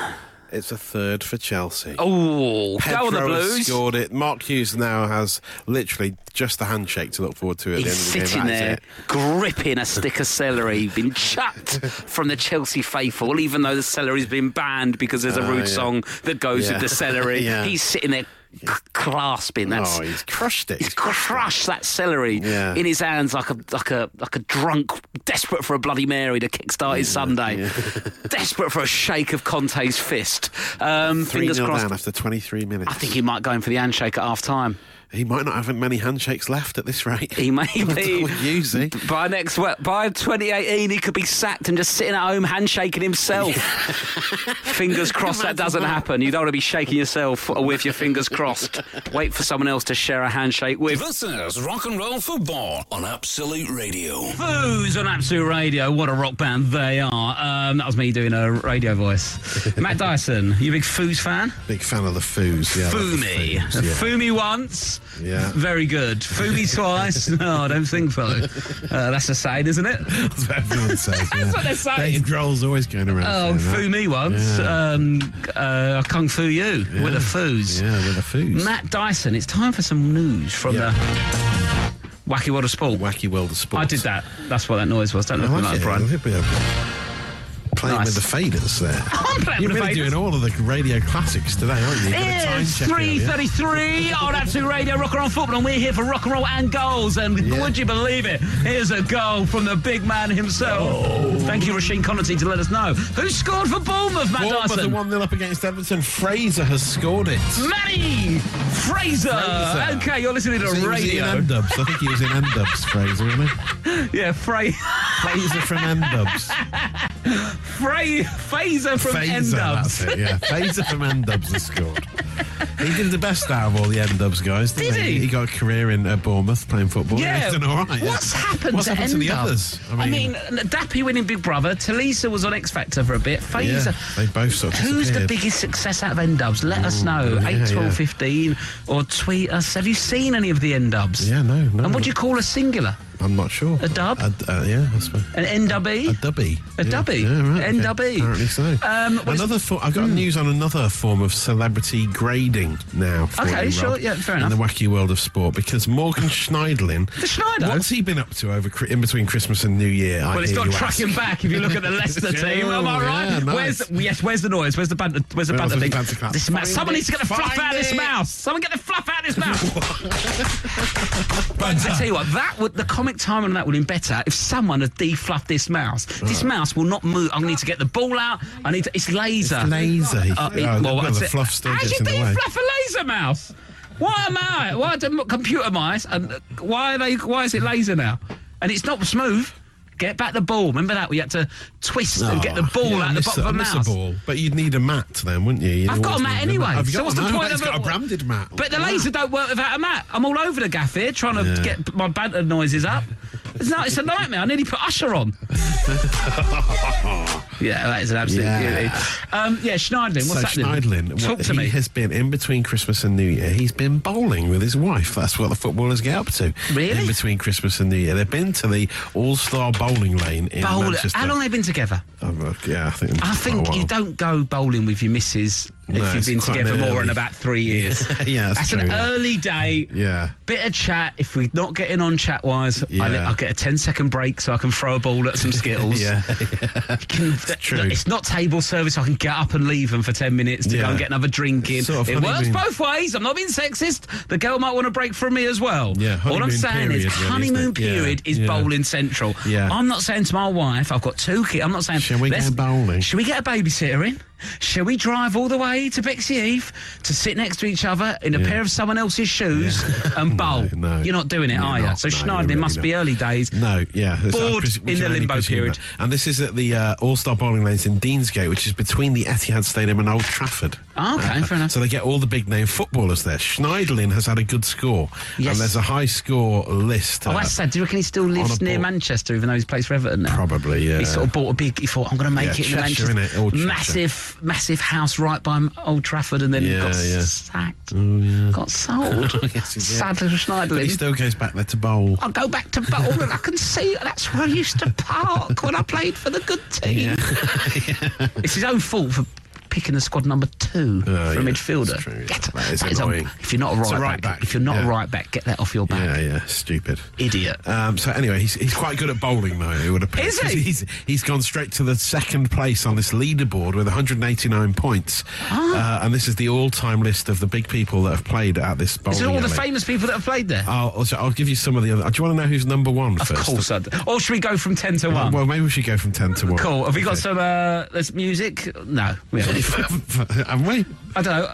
[SPEAKER 9] It's a third for Chelsea.
[SPEAKER 8] Oh, go on the
[SPEAKER 9] Pedro has
[SPEAKER 8] Blues.
[SPEAKER 9] scored it. Mark Hughes now has literally just the handshake to look forward to at
[SPEAKER 8] He's
[SPEAKER 9] the end of the
[SPEAKER 8] sitting
[SPEAKER 9] game. That is
[SPEAKER 8] there
[SPEAKER 9] it.
[SPEAKER 8] gripping a stick of celery, been chucked from the Chelsea faithful, even though the celery's been banned because there's a
[SPEAKER 9] Oh,
[SPEAKER 8] rude
[SPEAKER 9] yeah.
[SPEAKER 8] song that goes
[SPEAKER 9] Yeah.
[SPEAKER 8] with the celery.
[SPEAKER 9] Yeah.
[SPEAKER 8] He's sitting there c- clasping that.
[SPEAKER 9] Oh, he's crushed it.
[SPEAKER 8] He's crushed that celery
[SPEAKER 9] Yeah.
[SPEAKER 8] in his hands like a like a like a drunk, desperate for a bloody Mary to kickstart his Sunday, desperate for a shake of Conte's fist. Um,
[SPEAKER 9] Three
[SPEAKER 8] fingers
[SPEAKER 9] nil
[SPEAKER 8] crossed.
[SPEAKER 9] down after 23 minutes.
[SPEAKER 8] I think he might go in for the handshake at half time.
[SPEAKER 9] he might not have many handshakes left at this rate.
[SPEAKER 8] He may be.
[SPEAKER 9] With Hughes, eh?
[SPEAKER 8] By next well, by 2018, he could be sacked and just sitting at home handshaking himself. fingers crossed that doesn't happen. You don't want to be shaking yourself with your fingers crossed. Wait for someone else to share a handshake with.
[SPEAKER 2] This is rock and roll football on Absolute Radio.
[SPEAKER 8] Booze on Absolute Radio. What a rock band they are. Um, that was me doing a radio voice. Matt Dyson, you a big Foos fan?
[SPEAKER 9] Big fan of the Foos. Yeah, I love the
[SPEAKER 8] Fumi.
[SPEAKER 9] Foos, yeah.
[SPEAKER 8] Fumi once.
[SPEAKER 9] Yeah.
[SPEAKER 8] Very good. Fumi twice. No, I don't think so. Uh, that's a saying, isn't it?
[SPEAKER 9] That's what everyone says. Yeah.
[SPEAKER 8] what they're saying.
[SPEAKER 9] Dave Grohl's always going around.
[SPEAKER 8] Oh, foo
[SPEAKER 9] saying that.
[SPEAKER 8] me once. Um, uh, Kung Fu you with the foos.
[SPEAKER 9] Yeah, with the Foos.
[SPEAKER 8] Matt Dyson, it's time for some news from
[SPEAKER 9] Yeah.
[SPEAKER 8] the Wacky World of Sport.
[SPEAKER 9] Wacky world of sports.
[SPEAKER 8] I did that. That's what that noise was. Don't
[SPEAKER 9] I
[SPEAKER 8] look at me
[SPEAKER 9] like
[SPEAKER 8] like
[SPEAKER 9] it.
[SPEAKER 8] Brian.
[SPEAKER 9] It'll be okay. playing
[SPEAKER 8] Nice.
[SPEAKER 9] with the faders there.
[SPEAKER 8] I'm playing
[SPEAKER 9] You're
[SPEAKER 8] with the
[SPEAKER 9] really
[SPEAKER 8] faders.
[SPEAKER 9] doing all of the radio classics today, aren't you? You've got a time
[SPEAKER 8] It's
[SPEAKER 9] check earlier.
[SPEAKER 8] 3.33 on Absolute Radio, Rock and Roll Football, and we're here for rock and roll and goals. And would you believe it? Here's a goal from the big man himself.
[SPEAKER 9] Oh.
[SPEAKER 8] Thank you, Rasheen Connerty, to let us know. Who scored for Bournemouth, Matt
[SPEAKER 9] Bournemouth are
[SPEAKER 8] Dyson?
[SPEAKER 9] 1 0 up against Everton. Fraser has scored it.
[SPEAKER 8] Matty Fraser.
[SPEAKER 9] Fraser.
[SPEAKER 8] Okay, you're listening to
[SPEAKER 9] So he was in
[SPEAKER 8] radio.
[SPEAKER 9] M Dubs. I think he was in M Dubs, Fraser, wasn't he?
[SPEAKER 8] yeah, Fra-
[SPEAKER 9] Fraser from M Dubs.
[SPEAKER 8] Fra- Fraser from
[SPEAKER 9] Phaser,
[SPEAKER 8] Endubs.
[SPEAKER 9] That's it, yeah. Phaser from N Dubs has scored. He did the best out of all the N Dubs guys, didn't
[SPEAKER 8] Did
[SPEAKER 9] he?
[SPEAKER 8] he?
[SPEAKER 9] got a career in uh, Bournemouth playing football.
[SPEAKER 8] Yeah.
[SPEAKER 9] He's done all right. yeah.
[SPEAKER 8] What's happened
[SPEAKER 9] What's
[SPEAKER 8] to
[SPEAKER 9] happened to the
[SPEAKER 8] Endubs?
[SPEAKER 9] others?
[SPEAKER 8] I mean, Dappy winning Big Brother, Talisa was on X Factor for a bit. Phaser.
[SPEAKER 9] yeah, they both sort of
[SPEAKER 8] Who's the
[SPEAKER 9] disappeared.
[SPEAKER 8] biggest success out of N Dubs? Let us know.
[SPEAKER 9] yeah,
[SPEAKER 8] eight, twelve, fifteen,
[SPEAKER 9] yeah.
[SPEAKER 8] or tweet us. Have you seen any of the N Dubs?
[SPEAKER 9] Yeah, no, no.
[SPEAKER 8] And what do you call a singular?
[SPEAKER 9] I'm not sure.
[SPEAKER 8] A dub?
[SPEAKER 9] A, uh, yeah, I suppose.
[SPEAKER 8] An NWE?
[SPEAKER 9] A dubby.
[SPEAKER 8] A
[SPEAKER 9] yeah.
[SPEAKER 8] dubby?
[SPEAKER 9] Yeah, right. okay.
[SPEAKER 8] NWE.
[SPEAKER 9] Apparently so.
[SPEAKER 8] Um, what is-
[SPEAKER 9] another for- I've got news on another form of celebrity grading now. For
[SPEAKER 8] Okay,
[SPEAKER 9] you,
[SPEAKER 8] sure,
[SPEAKER 9] Rob,
[SPEAKER 8] yeah, fair
[SPEAKER 9] in
[SPEAKER 8] enough.
[SPEAKER 9] the wacky world of sport, because Morgan Schneidlin.
[SPEAKER 8] The Schneider?
[SPEAKER 9] What's he been up to over Chri- in between Christmas and New Year? I
[SPEAKER 8] Well, it's
[SPEAKER 9] hear
[SPEAKER 8] got
[SPEAKER 9] you
[SPEAKER 8] tracking
[SPEAKER 9] ask.
[SPEAKER 8] back if you look at the Leicester team. Am I
[SPEAKER 9] Yeah,
[SPEAKER 8] right?
[SPEAKER 9] nice.
[SPEAKER 8] Where's the, yes? Where's the noise? Where's the banter? Where's the
[SPEAKER 9] Where's
[SPEAKER 8] banter
[SPEAKER 9] the
[SPEAKER 8] thing?
[SPEAKER 9] banter clap?
[SPEAKER 8] This mouse.
[SPEAKER 9] Find
[SPEAKER 8] Someone
[SPEAKER 9] it.
[SPEAKER 8] needs to get the fluff
[SPEAKER 9] Find
[SPEAKER 8] out of this
[SPEAKER 9] it.
[SPEAKER 8] mouse. Someone get the fluff out of this mouse. I tell you what, that would the comic timing on that would have been better if someone had defluffed this mouse. This mouse will not move. I need to get the ball out. I need to, it's laser.
[SPEAKER 9] Laser. he-
[SPEAKER 8] Uh, it-
[SPEAKER 9] oh,
[SPEAKER 8] well,
[SPEAKER 9] well,
[SPEAKER 8] that's
[SPEAKER 9] the
[SPEAKER 8] it.
[SPEAKER 9] fluff still
[SPEAKER 8] How do
[SPEAKER 9] gets
[SPEAKER 8] you
[SPEAKER 9] in the way.
[SPEAKER 8] defluff a laser mouse? Why am I? Why do m- computer mice? And uh, why are they? Why is it laser now? And it's not smooth. Get back the ball. Remember that we had to twist and get the ball
[SPEAKER 9] Oh, Yeah, I
[SPEAKER 8] out of the
[SPEAKER 9] miss
[SPEAKER 8] bottom
[SPEAKER 9] I
[SPEAKER 8] of the
[SPEAKER 9] miss
[SPEAKER 8] mouse.
[SPEAKER 9] a ball, but you'd need a mat then, wouldn't you? You'd
[SPEAKER 8] I've got
[SPEAKER 9] always
[SPEAKER 8] a mat
[SPEAKER 9] need
[SPEAKER 8] anyway.
[SPEAKER 9] Have you
[SPEAKER 8] so
[SPEAKER 9] got
[SPEAKER 8] what's
[SPEAKER 9] one?
[SPEAKER 8] the
[SPEAKER 9] Oh,
[SPEAKER 8] point
[SPEAKER 9] he's
[SPEAKER 8] of
[SPEAKER 9] got a branded mat.
[SPEAKER 8] But the
[SPEAKER 9] Wow.
[SPEAKER 8] laser don't work without a mat. I'm all over the gaff here trying to
[SPEAKER 9] Yeah.
[SPEAKER 8] get my banter noises up. It's not. It's a nightmare. I nearly put Usher on. yeah, that is an absolute
[SPEAKER 9] Yeah.
[SPEAKER 8] beauty. Um, yeah, Schneidlin. What's
[SPEAKER 9] so
[SPEAKER 8] happening?
[SPEAKER 9] Schneidlin,
[SPEAKER 8] Talk
[SPEAKER 9] what
[SPEAKER 8] to
[SPEAKER 9] he
[SPEAKER 8] me.
[SPEAKER 9] has been in between Christmas and New Year. He's been bowling with his wife. That's what the footballers get up to.
[SPEAKER 8] Really?
[SPEAKER 9] In between Christmas and New Year, they've been to the All Star Bowling Lane in
[SPEAKER 8] Bowl-
[SPEAKER 9] Manchester.
[SPEAKER 8] How long have they been together?
[SPEAKER 9] Oh, look, yeah, I think.
[SPEAKER 8] I think
[SPEAKER 9] quite a
[SPEAKER 8] you
[SPEAKER 9] while.
[SPEAKER 8] don't go bowling with your missus if
[SPEAKER 9] No,
[SPEAKER 8] you've
[SPEAKER 9] it's
[SPEAKER 8] been
[SPEAKER 9] quite
[SPEAKER 8] together
[SPEAKER 9] an
[SPEAKER 8] more than
[SPEAKER 9] early-
[SPEAKER 8] about three years.
[SPEAKER 9] yeah, that's,
[SPEAKER 8] That's
[SPEAKER 9] true.
[SPEAKER 8] an
[SPEAKER 9] yeah.
[SPEAKER 8] early day.
[SPEAKER 9] Yeah.
[SPEAKER 8] Bit of chat. If we're not getting on chat wise,
[SPEAKER 9] Yeah.
[SPEAKER 8] I, will get a 10 second break so I can throw a ball at some Skittles.
[SPEAKER 9] Yeah,
[SPEAKER 8] Can-
[SPEAKER 9] true.
[SPEAKER 8] look, it's not table service. I can get up and leave them for 10 minutes to go
[SPEAKER 9] Yeah.
[SPEAKER 8] and get another drink in.
[SPEAKER 9] It's sort of
[SPEAKER 8] it works
[SPEAKER 9] honeymoon.
[SPEAKER 8] both ways. I'm not being sexist. The girl might want a break from me as well.
[SPEAKER 9] Yeah,
[SPEAKER 8] All I'm
[SPEAKER 9] honeymoon
[SPEAKER 8] saying
[SPEAKER 9] period, really,
[SPEAKER 8] is,
[SPEAKER 9] isn't it?
[SPEAKER 8] honeymoon
[SPEAKER 9] Yeah,
[SPEAKER 8] period is
[SPEAKER 9] yeah.
[SPEAKER 8] bowling central.
[SPEAKER 9] Yeah.
[SPEAKER 8] I'm not saying to my wife, I've got two kids. I'm not saying.
[SPEAKER 9] Shall we
[SPEAKER 8] "Let's-
[SPEAKER 9] go bowling?"
[SPEAKER 8] Shall we get a babysitter in? Shall we drive all the way to Bexley Heath to sit next to each other in a
[SPEAKER 9] Yeah.
[SPEAKER 8] pair of someone else's shoes and bowl?
[SPEAKER 9] No, no.
[SPEAKER 8] You're not doing it,
[SPEAKER 9] You're
[SPEAKER 8] are you?
[SPEAKER 9] not.
[SPEAKER 8] So
[SPEAKER 9] No, you're
[SPEAKER 8] Schneidlin
[SPEAKER 9] really
[SPEAKER 8] must be
[SPEAKER 9] not.
[SPEAKER 8] early days.
[SPEAKER 9] No, yeah. it's- I
[SPEAKER 8] Bored
[SPEAKER 9] presu- we
[SPEAKER 8] in
[SPEAKER 9] can
[SPEAKER 8] the
[SPEAKER 9] only
[SPEAKER 8] limbo
[SPEAKER 9] presume
[SPEAKER 8] period.
[SPEAKER 9] that. And this is at the uh, All Star Bowling Lanes in Deansgate, which is between the Etihad Stadium and Old Trafford.
[SPEAKER 8] Ah, okay, fair enough.
[SPEAKER 9] So they get all the big name footballers there. Schneiderlin has had a good score.
[SPEAKER 8] Yes.
[SPEAKER 9] And there's a high score list.
[SPEAKER 8] Oh,
[SPEAKER 9] uh,
[SPEAKER 8] that's sad. Do you reckon he still lives
[SPEAKER 9] a
[SPEAKER 8] near
[SPEAKER 9] ball.
[SPEAKER 8] Manchester, even though he's plays for Everton now?
[SPEAKER 9] Probably, yeah.
[SPEAKER 8] He sort of bought a big. He thought, "I'm going to make
[SPEAKER 9] Yeah,
[SPEAKER 8] it in
[SPEAKER 9] Cheshire,
[SPEAKER 8] Manchester."
[SPEAKER 9] innit? Old Cheshire.
[SPEAKER 8] massive, massive house right by Old Trafford, and then
[SPEAKER 9] Yeah,
[SPEAKER 8] got
[SPEAKER 9] yeah. Oh,
[SPEAKER 8] sacked, got sold.
[SPEAKER 9] Yes, he did.
[SPEAKER 8] Sadly,
[SPEAKER 9] But he
[SPEAKER 8] Schneiderlin.
[SPEAKER 9] still goes back there to bowl.
[SPEAKER 8] I go back to Bolton and I can see that's where I used to park when I played for the good team. It's his own fault for picking the squad number two
[SPEAKER 9] Oh,
[SPEAKER 8] for a
[SPEAKER 9] yeah,
[SPEAKER 8] midfielder.
[SPEAKER 9] that's true, yeah.
[SPEAKER 8] Get-
[SPEAKER 9] That is
[SPEAKER 8] a-
[SPEAKER 9] annoying.
[SPEAKER 8] if you're not a
[SPEAKER 9] It's
[SPEAKER 8] right,
[SPEAKER 9] a right back,
[SPEAKER 8] if you're not a
[SPEAKER 9] yeah.
[SPEAKER 8] right back, get that off your back.
[SPEAKER 9] Yeah, yeah, stupid.
[SPEAKER 8] Idiot.
[SPEAKER 9] Um, so anyway, he's, he's quite good at bowling though. It would appear.
[SPEAKER 8] Is he?
[SPEAKER 9] 'Cause He's, he's gone straight to the second place on this leaderboard with 189 points, uh, and this is the all-time list of the big people that have played at this
[SPEAKER 8] Ah.
[SPEAKER 9] bowling.
[SPEAKER 8] Is it all the
[SPEAKER 9] alley.
[SPEAKER 8] famous people that have played there?
[SPEAKER 9] I'll, I'll- I'll give you some of the other. Do you want to know who's number one
[SPEAKER 8] of
[SPEAKER 9] Ah, first?
[SPEAKER 8] course I do. Or should we go from 10 to 1?
[SPEAKER 9] Well, maybe we should go from ten to one.
[SPEAKER 8] cool. Have we got
[SPEAKER 9] Okay.
[SPEAKER 8] some uh, there's music? No. We haven't.
[SPEAKER 9] Haven't we?
[SPEAKER 8] I don't know.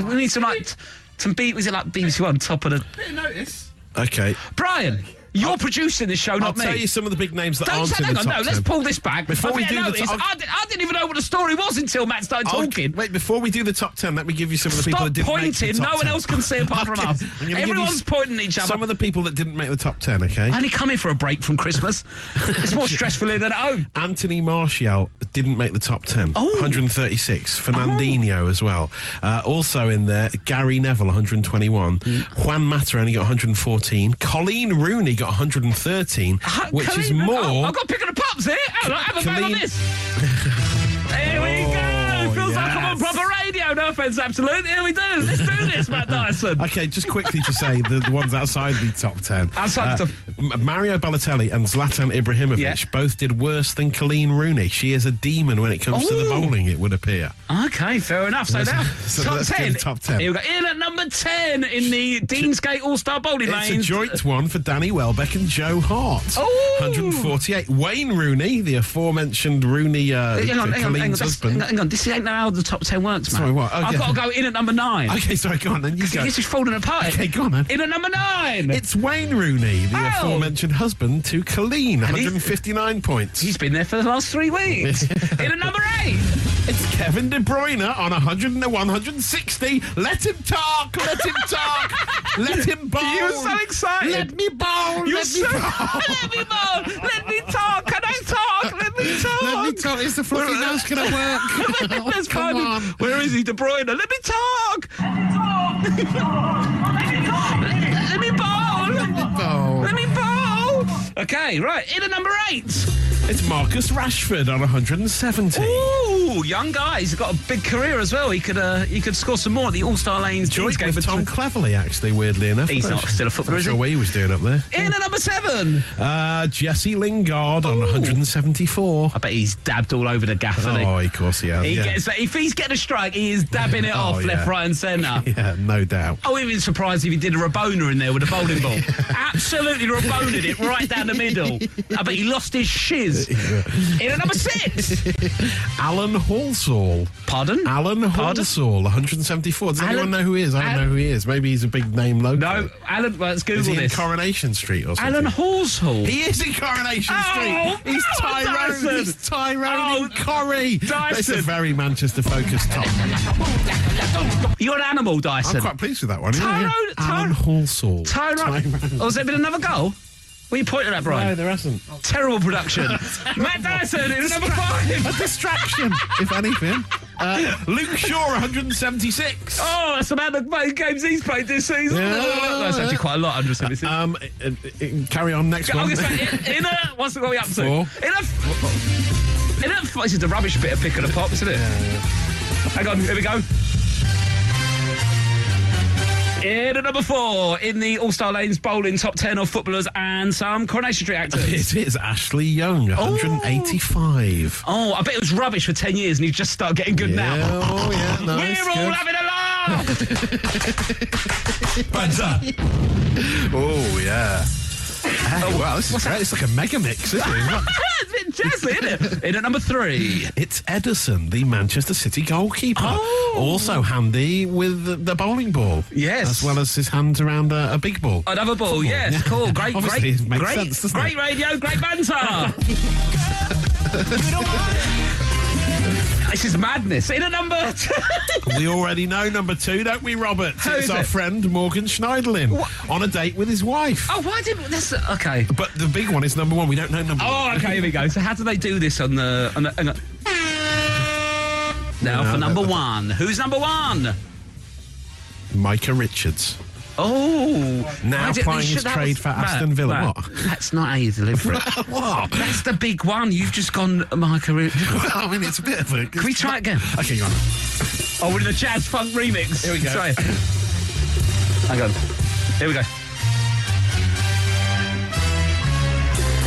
[SPEAKER 8] Um, we need some, like, t- some beat. Was it like BBC One, top of the.
[SPEAKER 5] Didn't notice.
[SPEAKER 9] Okay.
[SPEAKER 8] Brian, you're producing this show,
[SPEAKER 9] I'll
[SPEAKER 8] not me.
[SPEAKER 9] tell you some of the big names that
[SPEAKER 8] Don't
[SPEAKER 9] aren't
[SPEAKER 8] say,
[SPEAKER 9] in
[SPEAKER 8] hang
[SPEAKER 9] the
[SPEAKER 8] on,
[SPEAKER 9] top
[SPEAKER 8] no, let's
[SPEAKER 9] 10.
[SPEAKER 8] pull this back.
[SPEAKER 9] Before
[SPEAKER 8] I
[SPEAKER 9] we do the
[SPEAKER 8] notice,
[SPEAKER 9] top-
[SPEAKER 8] I, did, I didn't even know what the story was until Matt started
[SPEAKER 9] I'll-
[SPEAKER 8] talking.
[SPEAKER 9] Wait, before we do the top ten, let me give you some of the people
[SPEAKER 8] Stop
[SPEAKER 9] that didn't make
[SPEAKER 8] pointing.
[SPEAKER 9] the top
[SPEAKER 8] No one
[SPEAKER 9] 10.
[SPEAKER 8] else can see apart from
[SPEAKER 9] Okay,
[SPEAKER 8] us.
[SPEAKER 9] I'm gonna give you
[SPEAKER 8] Everyone's
[SPEAKER 9] s-
[SPEAKER 8] pointing at each other.
[SPEAKER 9] Some of the people that didn't make the top ten, okay?
[SPEAKER 8] I only come here for a break from Christmas. it's more stressful here than at home.
[SPEAKER 9] Anthony Martial didn't make the top 10.
[SPEAKER 8] Oh.
[SPEAKER 9] 136. Fernandinho as well. Uh, also in there, Gary Neville, 121.
[SPEAKER 8] Hmm.
[SPEAKER 9] Juan Mata only got 114. Colleen Rooney got 113,
[SPEAKER 8] Uh, Huh,
[SPEAKER 9] which is
[SPEAKER 8] Colleen-
[SPEAKER 9] more.
[SPEAKER 8] Oh, I've got picking the pups here. Hang on, have a bang on
[SPEAKER 9] Colleen- Oh,
[SPEAKER 8] this. Here we go. Feels like I'm on proper radio. No offence, absolute. Here we do. Let's do this, Matt Dyson.
[SPEAKER 9] Okay, just quickly to say the, the ones outside the top ten. Uh,
[SPEAKER 8] Outside the
[SPEAKER 9] M- Mario Balotelli and Zlatan Ibrahimovic
[SPEAKER 8] Yeah.
[SPEAKER 9] both did worse than Colleen Rooney. She is a demon when it comes to the
[SPEAKER 8] Ooh.
[SPEAKER 9] bowling, it would appear.
[SPEAKER 8] Okay, fair enough. So now,
[SPEAKER 9] So
[SPEAKER 8] top,
[SPEAKER 9] let's go
[SPEAKER 8] 10.
[SPEAKER 9] to top 10.
[SPEAKER 8] Here we go. In at number 10 in the Deansgate All Star Bowling
[SPEAKER 9] It's a
[SPEAKER 8] Lanes.
[SPEAKER 9] joint one for Danny Welbeck and Joe Hart.
[SPEAKER 8] Oh!
[SPEAKER 9] 148. Wayne Rooney, the aforementioned Rooney, uh,
[SPEAKER 8] Hang on, hang on, hang on,
[SPEAKER 9] Colleen's
[SPEAKER 8] that's-
[SPEAKER 9] husband.
[SPEAKER 8] hang on, This ain't how the top 10 works, man.
[SPEAKER 9] Sorry, what? Oh,
[SPEAKER 8] I've
[SPEAKER 9] yeah.
[SPEAKER 8] got to go in at number 9.
[SPEAKER 9] Okay, sorry, go on then. You go.
[SPEAKER 8] This is falling apart.
[SPEAKER 9] Okay, go on then.
[SPEAKER 8] In at number 9.
[SPEAKER 9] It's Wayne Rooney, the
[SPEAKER 8] Oh.
[SPEAKER 9] aforementioned husband to Colleen.
[SPEAKER 8] he-
[SPEAKER 9] 159 points.
[SPEAKER 8] He's been there for the last three weeks. in at number 8.
[SPEAKER 9] It's Kevin De Bruyne on 100 and 160. Let him talk. Let him talk. let him bowl.
[SPEAKER 8] You were so excited.
[SPEAKER 9] Let me bowl.
[SPEAKER 8] You're
[SPEAKER 9] let
[SPEAKER 8] so-
[SPEAKER 9] me bowl.
[SPEAKER 8] Let me moan. Let me talk. Can I talk? Let me talk.
[SPEAKER 9] Let me talk. Is the fluffy nose going
[SPEAKER 8] uh,
[SPEAKER 9] to work? Oh,
[SPEAKER 8] Let's
[SPEAKER 9] come
[SPEAKER 8] find him.
[SPEAKER 9] on.
[SPEAKER 8] Where is he, De Bruyne? Let me talk. Let me bowl.
[SPEAKER 9] Bowl.
[SPEAKER 8] Let me bowl. Okay, right. In at number eight.
[SPEAKER 9] It's Marcus Rashford on 170.
[SPEAKER 8] Ooh, young guy. He's got a big career as well. He could uh, he could score some more at the All Star Lanes. Teens
[SPEAKER 9] Joint
[SPEAKER 8] game
[SPEAKER 9] with
[SPEAKER 8] for
[SPEAKER 9] Tom Cleverley, actually, weirdly enough.
[SPEAKER 8] He's
[SPEAKER 9] I'm
[SPEAKER 8] not still a footballer,
[SPEAKER 9] not
[SPEAKER 8] is
[SPEAKER 9] sure
[SPEAKER 8] he?
[SPEAKER 9] what he was doing up there.
[SPEAKER 8] In at number seven.
[SPEAKER 9] Uh, Jesse Lingard on 174.
[SPEAKER 8] I bet he's dabbed all over the gaff, hasn't he?
[SPEAKER 9] Oh, of course he has.
[SPEAKER 8] He
[SPEAKER 9] yeah.
[SPEAKER 8] gets if he's getting a strike, he is dabbing it
[SPEAKER 9] Oh,
[SPEAKER 8] off left,
[SPEAKER 9] yeah.
[SPEAKER 8] right, and centre.
[SPEAKER 9] yeah, no doubt.
[SPEAKER 8] I wouldn't have been surprised if he did a Rabona in there with a bowling ball. Absolutely Rabona'd it right down the middle. I bet he lost his shiz. In at number six.
[SPEAKER 9] Alan Halsall.
[SPEAKER 8] Pardon?
[SPEAKER 9] Alan
[SPEAKER 8] Pardon?
[SPEAKER 9] Halsall, 174. Does
[SPEAKER 8] Alan-
[SPEAKER 9] anyone know who he is? I don't
[SPEAKER 8] Alan-
[SPEAKER 9] know who he is. Maybe he's a big name local.
[SPEAKER 8] No, Alan, well, let's Google
[SPEAKER 9] Is he in
[SPEAKER 8] this.
[SPEAKER 9] Coronation Street or something?
[SPEAKER 8] Alan Horsehall.
[SPEAKER 9] He is in Coronation
[SPEAKER 8] Oh,
[SPEAKER 9] Street. He's
[SPEAKER 8] oh,
[SPEAKER 9] Tyrone.
[SPEAKER 8] Dyson.
[SPEAKER 9] He's Tyrone
[SPEAKER 8] Oh,
[SPEAKER 9] in Corrie.
[SPEAKER 8] Dyson.
[SPEAKER 9] It's a very Manchester focused top.
[SPEAKER 8] You're an animal, Dyson.
[SPEAKER 9] I'm quite pleased with that one. yeah, yeah.
[SPEAKER 8] Tyrone-
[SPEAKER 9] Alan Halsall.
[SPEAKER 8] Tyrone. Oh, has there been another goal? What are you pointing at, Brian?
[SPEAKER 9] No, there hasn't.
[SPEAKER 8] Terrible production. Matt Dyson in at number
[SPEAKER 9] A
[SPEAKER 8] five.
[SPEAKER 9] distraction, if anything. Uh, Luke Shaw, 176.
[SPEAKER 8] Oh, that's about the amount of games he's played this season.
[SPEAKER 9] Yeah.
[SPEAKER 8] That's actually quite a lot, I'm just saying.
[SPEAKER 9] Um, uh, uh, carry on next
[SPEAKER 8] I'm
[SPEAKER 9] one.
[SPEAKER 8] going to say, in, in a, what's what are we up to?
[SPEAKER 9] Four.
[SPEAKER 8] In a, in a, this is the rubbish bit of pick and a pop, isn't it? Hang on, here we go. In at number four, in the All Star Lanes bowling top ten of footballers and some Coronation Street actors.
[SPEAKER 9] It is Ashley Young, 185.
[SPEAKER 8] oh, I bet it was rubbish for ten years, and he's just started getting good
[SPEAKER 9] Yeah,
[SPEAKER 8] now.
[SPEAKER 9] oh, yeah, no, it's
[SPEAKER 8] We're all
[SPEAKER 9] good.
[SPEAKER 8] having a laugh.
[SPEAKER 9] Oh, yeah. Hey, wow, this is great. It's like a mega mix, isn't it?
[SPEAKER 8] it's a bit jazzy, isn't it? In at number three.
[SPEAKER 9] It's Edison, the Manchester City goalkeeper.
[SPEAKER 8] Oh.
[SPEAKER 9] Also handy with the- the bowling ball.
[SPEAKER 8] Yes.
[SPEAKER 9] As well as his hands around a, a big ball.
[SPEAKER 8] Another ball, yes,
[SPEAKER 9] yeah.
[SPEAKER 8] cool, great,
[SPEAKER 9] Obviously,
[SPEAKER 8] great,
[SPEAKER 9] it makes
[SPEAKER 8] great,
[SPEAKER 9] sense, doesn't
[SPEAKER 8] great
[SPEAKER 9] it?
[SPEAKER 8] radio, great banter. this is madness. In a number, two.
[SPEAKER 9] we already know number two, don't we, Robert?
[SPEAKER 8] Who
[SPEAKER 9] it's
[SPEAKER 8] is
[SPEAKER 9] our
[SPEAKER 8] it?
[SPEAKER 9] friend Morgan Schneiderlin
[SPEAKER 8] What?
[SPEAKER 9] on a date with his wife.
[SPEAKER 8] oh, why did that's okay?
[SPEAKER 9] But the big one is number one. We don't know number one.
[SPEAKER 8] Oh, okay, here we go. So how do they do this on the on the? Hang on. Now
[SPEAKER 9] No,
[SPEAKER 8] for number
[SPEAKER 9] that-
[SPEAKER 8] one, who's number one?
[SPEAKER 9] Micah Richards.
[SPEAKER 8] Oh,
[SPEAKER 9] Now
[SPEAKER 8] I didn't-
[SPEAKER 9] playing
[SPEAKER 8] should-
[SPEAKER 9] his
[SPEAKER 8] that
[SPEAKER 9] trade
[SPEAKER 8] was-
[SPEAKER 9] for
[SPEAKER 8] Matt,
[SPEAKER 9] Aston Villa.
[SPEAKER 8] Matt,
[SPEAKER 9] What?
[SPEAKER 8] That's not how you deliver it.
[SPEAKER 9] What?
[SPEAKER 8] That's the big one. You've just gone, Mike. Can
[SPEAKER 9] I mean, it's a bit of a. Can
[SPEAKER 8] we try again?
[SPEAKER 9] Okay, go on.
[SPEAKER 8] Oh, we're in a jazz funk remix. Here we go. Sorry. Hang on. Here we go.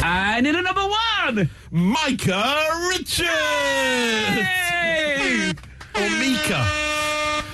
[SPEAKER 8] And in a number one.
[SPEAKER 9] Micah Richards!
[SPEAKER 8] Hey!
[SPEAKER 9] Or Mika.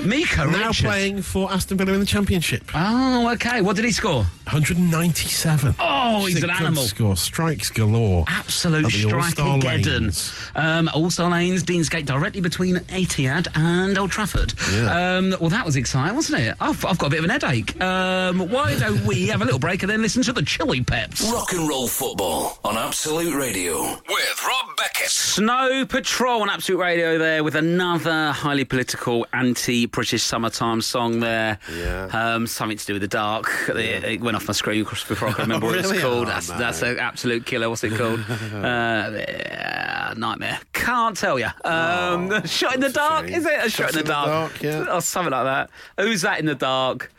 [SPEAKER 8] Mika
[SPEAKER 9] Now
[SPEAKER 8] Richards.
[SPEAKER 9] playing for Aston Villa in the Championship.
[SPEAKER 8] Oh, okay. What did he score?
[SPEAKER 9] 197.
[SPEAKER 8] Oh, he's
[SPEAKER 9] It's a
[SPEAKER 8] an
[SPEAKER 9] good
[SPEAKER 8] animal.
[SPEAKER 9] Score. Strikes galore.
[SPEAKER 8] Absolute
[SPEAKER 9] At the All-Star
[SPEAKER 8] striking deaden.
[SPEAKER 9] lanes.
[SPEAKER 8] Um, All Star Lanes, Deansgate, directly between Etihad and Old Trafford.
[SPEAKER 9] Yeah.
[SPEAKER 8] Um, well, that was exciting, wasn't it? I've, I've got a bit of an headache. Um, why don't we have a little break and then listen to the Chili Peps?
[SPEAKER 2] Rock and roll football on Absolute Radio.
[SPEAKER 12] With Rob Beckett.
[SPEAKER 8] Snow Patrol on Absolute Radio there with another highly political anti-British summertime song there.
[SPEAKER 9] Yeah.
[SPEAKER 8] Um, something to do with the dark. It, it went off my screen before I could remember what it
[SPEAKER 9] Really?
[SPEAKER 8] was called.
[SPEAKER 9] Oh,
[SPEAKER 8] that's
[SPEAKER 9] no.
[SPEAKER 8] that's an absolute killer. What's it called? uh, nightmare. Can't tell you. Um, shot in the
[SPEAKER 9] Oh, that's a
[SPEAKER 8] dark. Oh,
[SPEAKER 9] shame.
[SPEAKER 8] Is it a shot in the dark?
[SPEAKER 9] yeah.
[SPEAKER 8] Or something like that. Who's that in the dark?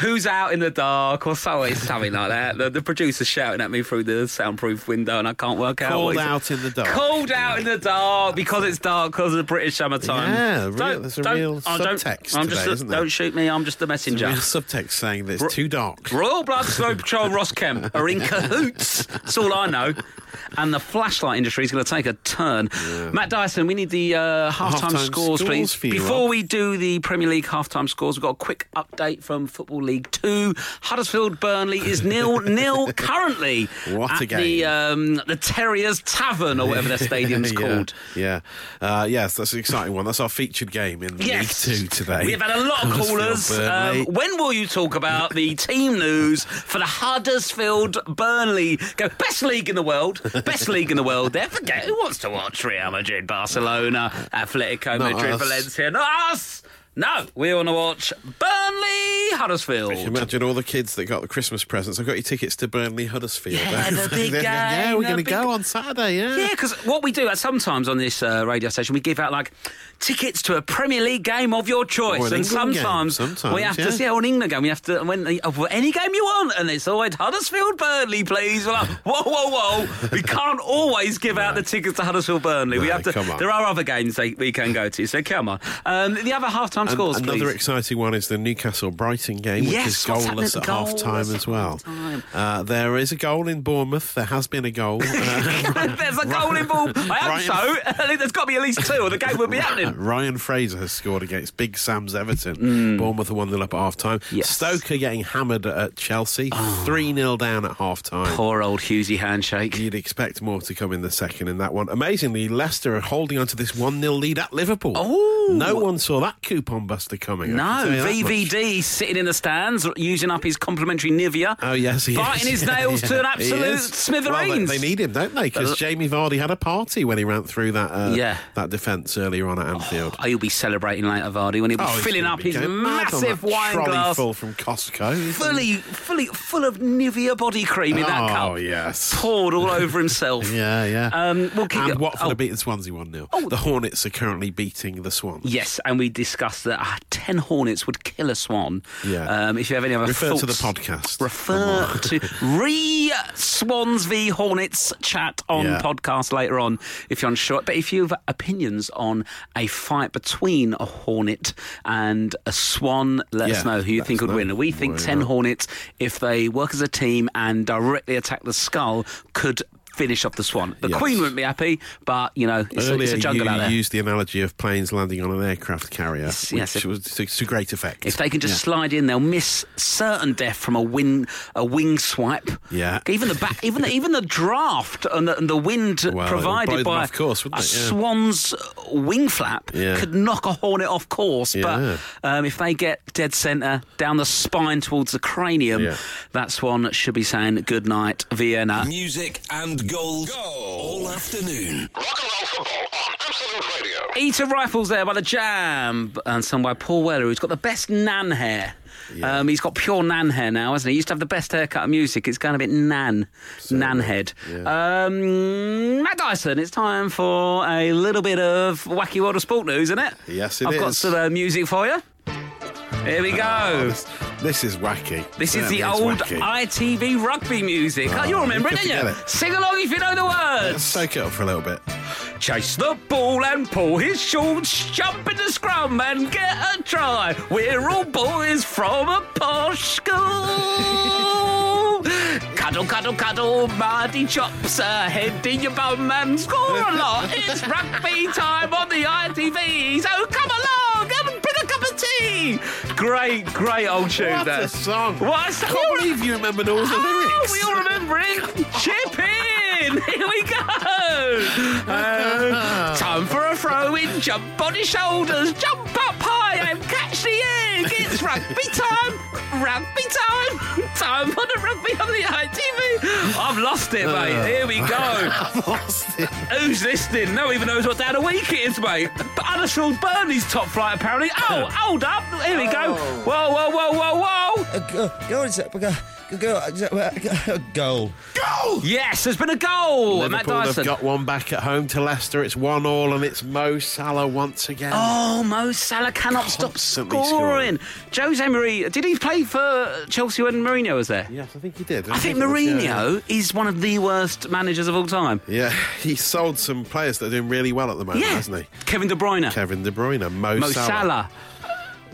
[SPEAKER 8] who's out in the dark or something, something like that. The, the producer's shouting at me through the soundproof window and I can't work out. what
[SPEAKER 9] Called
[SPEAKER 8] it's-
[SPEAKER 9] out in the dark.
[SPEAKER 8] Called out in the dark because it's dark because of the British summertime.
[SPEAKER 9] Yeah, real- there's a real
[SPEAKER 8] don't-
[SPEAKER 9] subtext
[SPEAKER 8] I'm
[SPEAKER 9] to
[SPEAKER 8] just
[SPEAKER 9] that,
[SPEAKER 8] a-
[SPEAKER 9] isn't there?
[SPEAKER 8] don't shoot me. I'm just the
[SPEAKER 9] There's
[SPEAKER 8] messenger.
[SPEAKER 9] a real subtext saying that it's too dark.
[SPEAKER 8] Royal Blood Snow Patrol Ross Kemp are in cahoots. That's all I know. And the flashlight industry is going to take a turn. Matt Dyson, we need the uh, halftime,
[SPEAKER 9] Halftime
[SPEAKER 8] scores,
[SPEAKER 9] scores
[SPEAKER 8] please.
[SPEAKER 9] for you,
[SPEAKER 8] Before
[SPEAKER 9] Rob.
[SPEAKER 8] we do the Premier League halftime scores, we've got a quick update from Football League Two. Huddersfield Burnley is nil nil currently
[SPEAKER 9] What
[SPEAKER 8] at
[SPEAKER 9] a
[SPEAKER 8] the
[SPEAKER 9] game.
[SPEAKER 8] um, the Terriers Tavern or whatever their stadium's
[SPEAKER 9] yeah,
[SPEAKER 8] called.
[SPEAKER 9] Yeah. Uh, yes, that's an exciting one. That's our featured game in
[SPEAKER 8] Yes.
[SPEAKER 9] League Two today.
[SPEAKER 8] We have had a lot of
[SPEAKER 9] Huddersfield
[SPEAKER 8] callers.
[SPEAKER 9] Burnley.
[SPEAKER 8] Um, when will you talk about the team news for the Huddersfield Burnley? Go best league in the world, best league in the world. There, forget who wants to watch Real Madrid, Barcelona, Atletico
[SPEAKER 9] Not
[SPEAKER 8] Madrid,
[SPEAKER 9] us.
[SPEAKER 8] Valencia. Not us. No, we want to watch Burnley
[SPEAKER 9] Can you
[SPEAKER 8] Huddersfield.
[SPEAKER 9] Imagine all the kids that got the Christmas presents. I've got your tickets to Burnley Huddersfield.
[SPEAKER 8] Yeah, the big
[SPEAKER 9] yeah,
[SPEAKER 8] game,
[SPEAKER 9] we're
[SPEAKER 8] the
[SPEAKER 9] going to
[SPEAKER 8] big-
[SPEAKER 9] go on Saturday. Yeah.
[SPEAKER 8] Yeah, because what we do uh, sometimes on this uh, radio station, we give out like tickets to a Premier League game of your choice,
[SPEAKER 9] Or an
[SPEAKER 8] and
[SPEAKER 9] England game,
[SPEAKER 8] sometimes,
[SPEAKER 9] sometimes,
[SPEAKER 8] we have to
[SPEAKER 9] yeah.
[SPEAKER 8] see or an England game. We have to when uh, for any game you want, and it's always Huddersfield Burnley, please. We're like, whoa, whoa, whoa! we can't always give out the tickets to Huddersfield Burnley. we
[SPEAKER 9] No,
[SPEAKER 8] have to.
[SPEAKER 9] come on.
[SPEAKER 8] There are other games they, we can go to, so come on. Um, the other half-time
[SPEAKER 9] And
[SPEAKER 8] scores,
[SPEAKER 9] another
[SPEAKER 8] please.
[SPEAKER 9] exciting one is the Newcastle Brighton game, which
[SPEAKER 8] Yes,
[SPEAKER 9] is
[SPEAKER 8] what's happening
[SPEAKER 9] goalless
[SPEAKER 8] at
[SPEAKER 9] at
[SPEAKER 8] goal?
[SPEAKER 9] half time
[SPEAKER 8] What's
[SPEAKER 9] as well.
[SPEAKER 8] happening at
[SPEAKER 9] Uh, there is a goal in Bournemouth. There has been a goal. Uh,
[SPEAKER 8] There's a goal involved. I hope
[SPEAKER 9] Right.
[SPEAKER 8] so. I think There's got to be at least two, or the game would be happening.
[SPEAKER 9] Ryan Fraser has scored against Big Sam's Everton. Bournemouth are 1 0 up at half time.
[SPEAKER 8] Mm. Yes. Oh.
[SPEAKER 9] Stoke are getting hammered at Chelsea, 3 0 down at half time.
[SPEAKER 8] Poor old Husey handshake.
[SPEAKER 9] You'd expect more to come in the second in that one. Amazingly, Leicester are holding on to this 1 0 lead at Liverpool.
[SPEAKER 8] Ooh.
[SPEAKER 9] No one saw that coupon buster coming. I
[SPEAKER 8] Oh. No,
[SPEAKER 9] can tell you that much.
[SPEAKER 8] VVD sitting in the stands using up his complimentary Nivea.
[SPEAKER 9] Oh, yes, he
[SPEAKER 8] Biting
[SPEAKER 9] is.
[SPEAKER 8] his nails to an
[SPEAKER 9] He
[SPEAKER 8] absolute
[SPEAKER 9] is.
[SPEAKER 8] smithereens.
[SPEAKER 9] Well, they, they need him, don't they? Because Jamie Vardy had a party when he ran through that uh,
[SPEAKER 8] Yeah.
[SPEAKER 9] that defence earlier on at Anfield.
[SPEAKER 8] Oh, he'll be celebrating later, Vardy, when he'll be
[SPEAKER 9] Oh, he's
[SPEAKER 8] filling
[SPEAKER 9] gonna
[SPEAKER 8] up
[SPEAKER 9] be
[SPEAKER 8] his
[SPEAKER 9] going mad on
[SPEAKER 8] massive
[SPEAKER 9] that
[SPEAKER 8] wine
[SPEAKER 9] trolley
[SPEAKER 8] glass.
[SPEAKER 9] full from Costco. isn't he?
[SPEAKER 8] Fully, fully, full of Nivea body cream in that
[SPEAKER 9] oh,
[SPEAKER 8] cup.
[SPEAKER 9] yes.
[SPEAKER 8] Poured all over himself.
[SPEAKER 9] Yeah, yeah.
[SPEAKER 8] Um, we'll keep
[SPEAKER 9] and
[SPEAKER 8] it-
[SPEAKER 9] Watford
[SPEAKER 8] oh.
[SPEAKER 9] are beating Swansea 1 0. The Hornets are currently beating the Swans.
[SPEAKER 8] Yes, and we discussed that uh, 10 hornets would kill a swan.
[SPEAKER 9] Yeah.
[SPEAKER 8] Um, if you have any other
[SPEAKER 9] Refer
[SPEAKER 8] thoughts,
[SPEAKER 9] to the podcast.
[SPEAKER 8] Refer to re Swans v Hornets chat on
[SPEAKER 9] Yeah.
[SPEAKER 8] podcast later on if you're unsure. But if you have opinions on a fight between a hornet and a swan, let
[SPEAKER 9] Yeah,
[SPEAKER 8] us know who you
[SPEAKER 9] let
[SPEAKER 8] think
[SPEAKER 9] us
[SPEAKER 8] would
[SPEAKER 9] know.
[SPEAKER 8] win. We think
[SPEAKER 9] Why
[SPEAKER 8] 10
[SPEAKER 9] not?
[SPEAKER 8] hornets, if they work as a team and directly attack the skull, could. Finish off the swan. The
[SPEAKER 9] Yes.
[SPEAKER 8] Queen wouldn't be happy, but you know it's, a,
[SPEAKER 9] Earlier,
[SPEAKER 8] it's a jungle
[SPEAKER 9] you
[SPEAKER 8] out there.
[SPEAKER 9] used the analogy of planes landing on an aircraft carrier,
[SPEAKER 8] Yes,
[SPEAKER 9] which
[SPEAKER 8] yes.
[SPEAKER 9] was to, to great effect.
[SPEAKER 8] If they can just slide in, they'll miss certain death from a wing a wing swipe.
[SPEAKER 9] Yeah.
[SPEAKER 8] Even the back, even the, even the draft and the, and the wind
[SPEAKER 9] it'll blow
[SPEAKER 8] provided
[SPEAKER 9] them
[SPEAKER 8] by
[SPEAKER 9] off course, wouldn't
[SPEAKER 8] a
[SPEAKER 9] it? Yeah.
[SPEAKER 8] swan's wing flap
[SPEAKER 9] Yeah.
[SPEAKER 8] could knock a hornet off course.
[SPEAKER 9] Yeah.
[SPEAKER 8] But um, if they get dead centre down the spine towards the cranium,
[SPEAKER 9] Yeah.
[SPEAKER 8] that swan should be saying good night, Vienna.
[SPEAKER 2] Music and goals all afternoon.
[SPEAKER 12] Rock and roll football on Absolute Radio.
[SPEAKER 8] Eater Rifles there by the Jam, and sung by Paul Weller, who's got the best nan hair. Um, he's got pure nan hair now, hasn't he? He used to have the best haircut of music. It's going a bit nan, nan head. Um, Matt Dyson, it's time for a little bit of wacky world of sport news, isn't it?
[SPEAKER 9] Yes, it
[SPEAKER 8] I've got
[SPEAKER 9] is.
[SPEAKER 8] some uh, music for you. Here we go.
[SPEAKER 9] Oh, This, this is wacky.
[SPEAKER 8] This is
[SPEAKER 9] Certainly
[SPEAKER 8] the
[SPEAKER 9] it's
[SPEAKER 8] old
[SPEAKER 9] wacky.
[SPEAKER 8] ITV rugby music. Oh, you remember it, don't
[SPEAKER 9] you
[SPEAKER 8] you?
[SPEAKER 9] can forget it.
[SPEAKER 8] Sing along if you know the words.
[SPEAKER 9] Let's soak it up for a little bit.
[SPEAKER 8] Chase the ball and pull his shorts, jump in the scrum and get a try. We're all boys from a posh school. cuddle, cuddle, cuddle, muddy chops, a head in your bum and score a lot. It's rugby time on the ITV, so Oh, come along and bring a cup of tea. Great, great old tune
[SPEAKER 9] What
[SPEAKER 8] there.
[SPEAKER 9] a song.
[SPEAKER 8] What a
[SPEAKER 9] I
[SPEAKER 8] song.
[SPEAKER 9] can't believe you remembered all the
[SPEAKER 8] Oh,
[SPEAKER 9] lyrics.
[SPEAKER 8] we all remember it. Chip in. Here we go. Um, time for a throw in. Jump on his shoulders. Jump up high and catch the egg. It's rugby time. Rugby time. Time for the rugby on the ITV. I've lost it,
[SPEAKER 9] Ah.
[SPEAKER 8] mate. Here we go.
[SPEAKER 9] I've lost it.
[SPEAKER 8] Who's listening? No one even knows what day of the week it is, mate. But Huddersfield Burnley's top flight, apparently. Oh, hold up. Here we go. Whoa, whoa, whoa, whoa, whoa.
[SPEAKER 11] Go, go, go, go, go, go, go, go,
[SPEAKER 9] goal!
[SPEAKER 8] Yes, there's been a goal.
[SPEAKER 9] Liverpool
[SPEAKER 8] Matt Dyson.
[SPEAKER 9] have got one back at home to Leicester. It's one all, and it's Mo Salah once again.
[SPEAKER 8] Oh, Mo Salah cannot stop
[SPEAKER 9] Constantly
[SPEAKER 8] scoring. Jose Mourinho, did he play for Chelsea when Mourinho was there?
[SPEAKER 9] Yes, I think he did.
[SPEAKER 8] I think
[SPEAKER 9] it was, yeah.
[SPEAKER 8] Mourinho is one of the worst managers of all time.
[SPEAKER 9] Yeah, he sold some players that are doing really well at the moment,
[SPEAKER 8] yeah,
[SPEAKER 9] hasn't he?
[SPEAKER 8] Kevin De Bruyne,
[SPEAKER 9] Kevin De Bruyne, Mo,
[SPEAKER 8] Mo Salah.